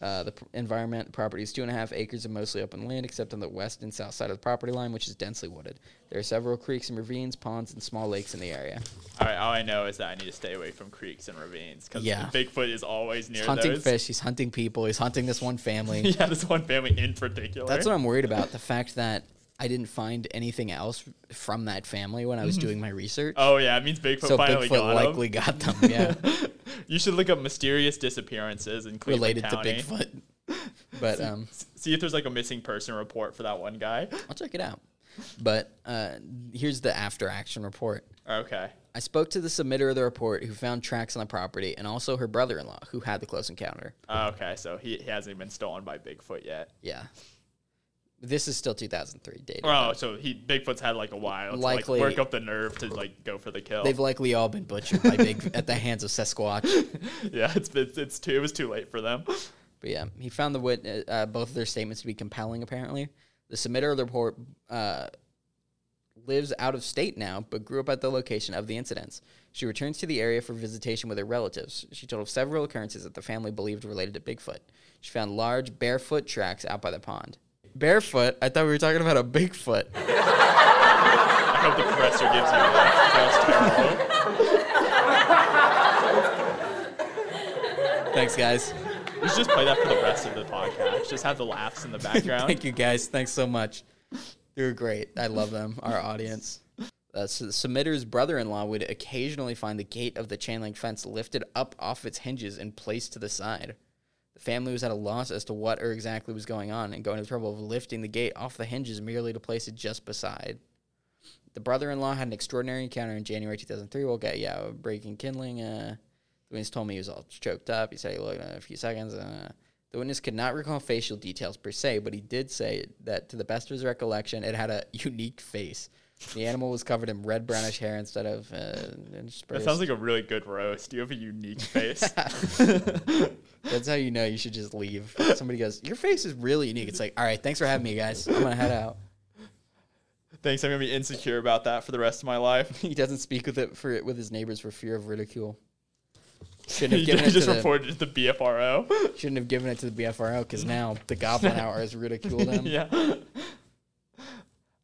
Speaker 1: Uh, the pr- environment property is two and a half acres of mostly open land, except on the west and south side of the property line, which is densely wooded. There are several creeks and ravines, ponds, and small lakes in the area.
Speaker 2: All right, all I know is that I need to stay away from creeks and ravines because
Speaker 1: Yeah.
Speaker 2: Bigfoot is always near
Speaker 1: He's hunting
Speaker 2: those.
Speaker 1: fish. He's hunting people. He's hunting this one family.
Speaker 2: Yeah, this one family in particular.
Speaker 1: That's what I'm worried about. The fact that I didn't find anything else from that family when I was doing my research.
Speaker 2: oh yeah, it means Bigfoot
Speaker 1: so
Speaker 2: finally
Speaker 1: Bigfoot
Speaker 2: got
Speaker 1: likely got them. Yeah.
Speaker 2: him. you should look up mysterious disappearances in Cleveland
Speaker 1: related
Speaker 2: County.
Speaker 1: to Bigfoot. But um,
Speaker 2: S- See if there's like a missing person report for that one guy.
Speaker 1: I'll check it out. But uh, here's the after action report.
Speaker 2: Okay.
Speaker 1: I spoke to the submitter of the report who found tracks on the property and also her brother in law who had the close encounter.
Speaker 2: Okay, so he, he hasn't been stolen by Bigfoot yet.
Speaker 1: Yeah. This is still 2003 dated.
Speaker 2: Oh, so he Bigfoot's had like a while to
Speaker 1: Likely-
Speaker 2: like work up the nerve to like go for the kill.
Speaker 1: They've likely all been butchered by big at the hands of Sasquatch.
Speaker 2: Yeah, it's, it's it's too it was too late for them.
Speaker 1: But yeah, he found the wit- uh, uh, both of their statements to be compelling. Apparently, the submitter of the report uh, lives out of state now, but grew up at the location of the incidents. She returns to the area for visitation with her relatives. She told of several occurrences that the family believed related to Bigfoot. She found large barefoot tracks out by the pond. Barefoot? I thought we were talking about a Bigfoot.
Speaker 2: I hope the professor gives you that. That was terrible.
Speaker 1: Thanks, guys.
Speaker 2: You should just play that for the rest of the podcast. Just have the laughs in the background.
Speaker 1: Thank you guys. Thanks so much. They were great. I love them, our audience. Uh, so the submitter's brother in law would occasionally find the gate of the chain link fence lifted up off its hinges and placed to the side. The family was at a loss as to what or exactly was going on and going to the trouble of lifting the gate off the hinges merely to place it just beside. The brother in law had an extraordinary encounter in January 2003. We'll get, yeah, breaking kindling. Uh, the witness told me he was all choked up. He said he looked at it a few seconds. Uh, the witness could not recall facial details per se, but he did say that to the best of his recollection, it had a unique face. The animal was covered in red brownish hair instead of. Uh,
Speaker 2: That
Speaker 1: interspersed.
Speaker 2: sounds like a really good roast. You have a unique face.
Speaker 1: That's how you know you should just leave. Somebody goes, Your face is really unique. It's like, All right, thanks for having me, guys. I'm going to head out.
Speaker 2: Thanks. I'm gonna be insecure about that for the rest of my life.
Speaker 1: He doesn't speak with it for with his neighbors for fear of ridicule. Shouldn't have
Speaker 2: You
Speaker 1: given it to
Speaker 2: just
Speaker 1: the,
Speaker 2: reported to the BFRO.
Speaker 1: shouldn't have given it to the BFRO because now the Goblin Hour has ridiculed him.
Speaker 2: yeah.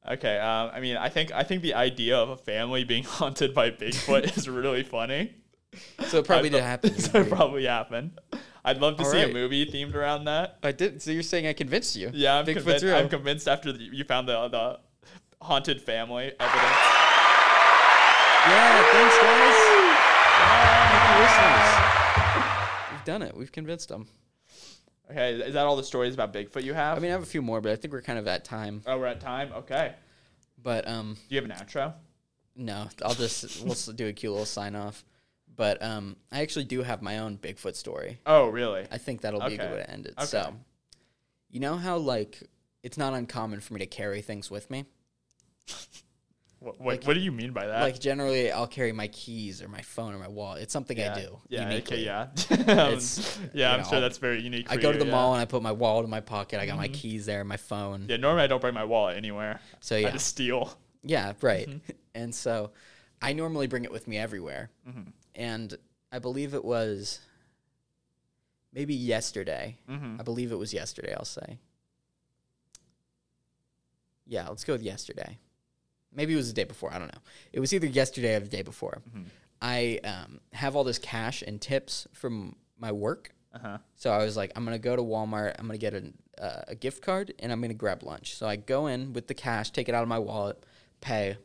Speaker 2: Okay. Um, I mean, I think I think the idea of a family being haunted by Bigfoot is really funny.
Speaker 1: So it probably
Speaker 2: I'd
Speaker 1: did
Speaker 2: lo-
Speaker 1: happen.
Speaker 2: so it probably happened. I'd love to
Speaker 1: All
Speaker 2: see
Speaker 1: right.
Speaker 2: a movie themed around that.
Speaker 1: I did. So you're saying I convinced you?
Speaker 2: Yeah, I'm,
Speaker 1: Bigfoot's
Speaker 2: convinced,
Speaker 1: real.
Speaker 2: I'm convinced after the, you found the the haunted family evidence.
Speaker 1: yeah, thanks, guys.
Speaker 2: Yeah,
Speaker 1: Thank you, listeners. We've done it. We've convinced them.
Speaker 2: Okay, is that all the stories about Bigfoot you have?
Speaker 1: I mean, I have a few more, but I think we're kind of at time.
Speaker 2: oh, we're at time. Okay.
Speaker 1: But um,
Speaker 2: Do you have an outro?
Speaker 1: no, I'll just we'll s- do a cute little sign off. But um, I actually do have my own Bigfoot story.
Speaker 2: Oh, really?
Speaker 1: I think that'll be a good
Speaker 2: Okay.
Speaker 1: way to end it.
Speaker 2: Okay.
Speaker 1: So, you know how like it's not uncommon for me to carry things with me.
Speaker 2: What, what, what do you mean by that?
Speaker 1: like generally, I'll carry my keys or my phone or my wallet. It's something
Speaker 2: yeah.
Speaker 1: I do.
Speaker 2: Yeah,
Speaker 1: uniquely.
Speaker 2: okay, yeah. Um,
Speaker 1: It's,
Speaker 2: yeah,
Speaker 1: you
Speaker 2: I'm
Speaker 1: know,
Speaker 2: sure that's very unique.
Speaker 1: I
Speaker 2: for
Speaker 1: go to
Speaker 2: you,
Speaker 1: the
Speaker 2: yeah. Mm-hmm.
Speaker 1: mall and I put my wallet in my pocket. I got my keys there, my phone.
Speaker 2: Yeah, normally I don't bring my wallet anywhere.
Speaker 1: So
Speaker 2: I
Speaker 1: yeah,
Speaker 2: just Mm-hmm. steal.
Speaker 1: yeah, right. And so, I normally bring it with me everywhere.
Speaker 2: Mhm.
Speaker 1: And I believe it was maybe yesterday.
Speaker 2: Mm-hmm.
Speaker 1: I believe it was yesterday, I'll say. Yeah, let's go with yesterday. Maybe it was the day before. I don't know. It was either yesterday or the day before. I um, have all this cash and tips from my work.
Speaker 2: Uh huh.
Speaker 1: So I was like, I'm going to go to Walmart. I'm going to get an, uh, a gift card and I'm going to grab lunch. So I go in with the cash, take it out of my wallet, pay.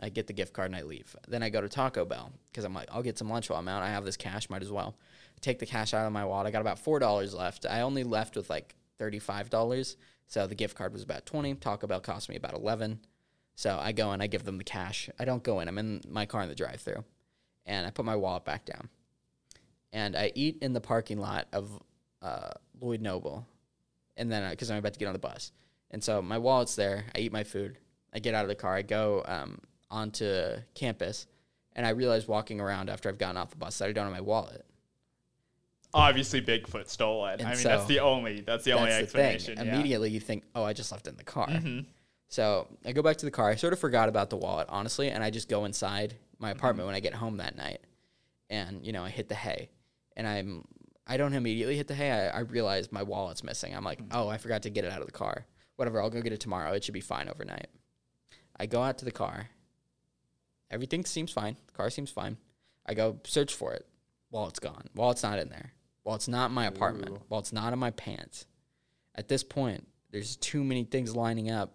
Speaker 1: I get the gift card and I leave. Then I go to Taco Bell because I'm like, I'll get some lunch while I'm out. I have this cash, might as well. Take the cash out of my wallet. I got about $4 left. I only left with like $35. So the gift card was about 20. Taco Bell cost me about 11. So I go in, I give them the cash. I don't go in. I'm in my car in the drive through and I put my wallet back down. And I eat in the parking lot of uh, Lloyd Noble, and then because I'm about to get on the bus, and so my wallet's there. I eat my food. I get out of the car. I go um, onto campus, and I realize walking around after I've gotten off the bus that I don't have my wallet.
Speaker 2: Obviously, Bigfoot stole it.
Speaker 1: And
Speaker 2: I mean,
Speaker 1: so-
Speaker 2: that's the only that's the only
Speaker 1: That's the
Speaker 2: explanation.
Speaker 1: thing.
Speaker 2: yeah.
Speaker 1: Immediately you think, oh, I just left it in the car.
Speaker 2: Mhm.
Speaker 1: So I go back to the car. I sort of forgot about the wallet, honestly, and I just go inside my
Speaker 2: Mm-hmm.
Speaker 1: apartment when I get home that night. And, you know, I hit the hay. And I'm I don't immediately hit the hay. I, I realize my wallet's missing. I'm like, oh, I forgot to get it out of the car. Whatever, I'll go get it tomorrow. It should be fine overnight. I go out to the car. Everything seems fine. The car seems fine. I go search for it. Wallet's gone. Wallet's not in there. Wallet's not in my apartment.
Speaker 2: Ooh.
Speaker 1: Wallet's not in my pants. At this point, there's too many things lining up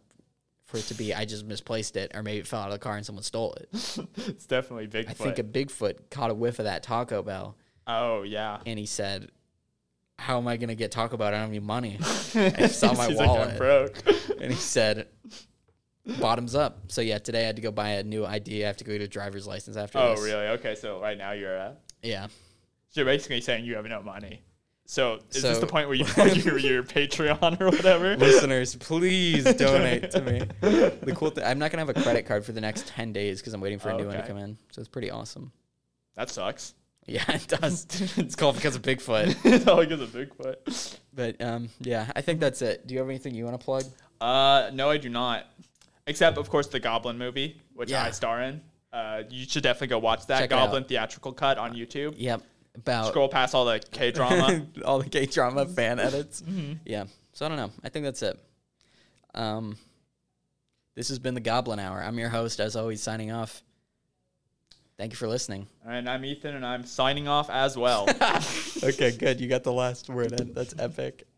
Speaker 1: for it to be I just misplaced it or maybe it fell out of the car and someone stole it.
Speaker 2: it's definitely Bigfoot.
Speaker 1: I think a Bigfoot caught a whiff of that Taco Bell
Speaker 2: oh yeah.
Speaker 1: and he said, How am I gonna get Taco Bell? I don't have any money. I saw my
Speaker 2: He's Like, I'm
Speaker 1: wallet.
Speaker 2: broke.
Speaker 1: and he said bottoms up. So yeah, today I had to go buy a new ID. I have to go get a driver's license after
Speaker 2: oh
Speaker 1: this.
Speaker 2: really? Okay, so right now you're uh,
Speaker 1: Yeah.
Speaker 2: you're basically saying you have no money. So is this
Speaker 1: So-
Speaker 2: the point where you put your, your Patreon or whatever?
Speaker 1: Listeners, please donate to me. The cool thing I'm not gonna have a credit card for the next ten days because I'm waiting for a new one to
Speaker 2: Okay.
Speaker 1: come in. So it's pretty awesome.
Speaker 2: That sucks.
Speaker 1: Yeah, it does. it's called because of Bigfoot.
Speaker 2: it's all because of Bigfoot.
Speaker 1: But um, yeah, I think that's it. Do you have anything you want to plug?
Speaker 2: Uh, no, I do not. Except of course the Goblin movie, which
Speaker 1: Yeah.
Speaker 2: I star in. Uh, you should definitely go watch that
Speaker 1: Check it out. Uh,
Speaker 2: Goblin theatrical cut on YouTube.
Speaker 1: Yep. About
Speaker 2: Scroll past all the K drama.
Speaker 1: all the gay drama fan edits. Yeah. So I don't know. I think that's it. Um, this has been the Goblin Hour. I'm your host, as always, signing off. Thank you for listening.
Speaker 2: and I'm Ethan, and I'm signing off as well.
Speaker 1: okay, good. You got the last word in. That's epic.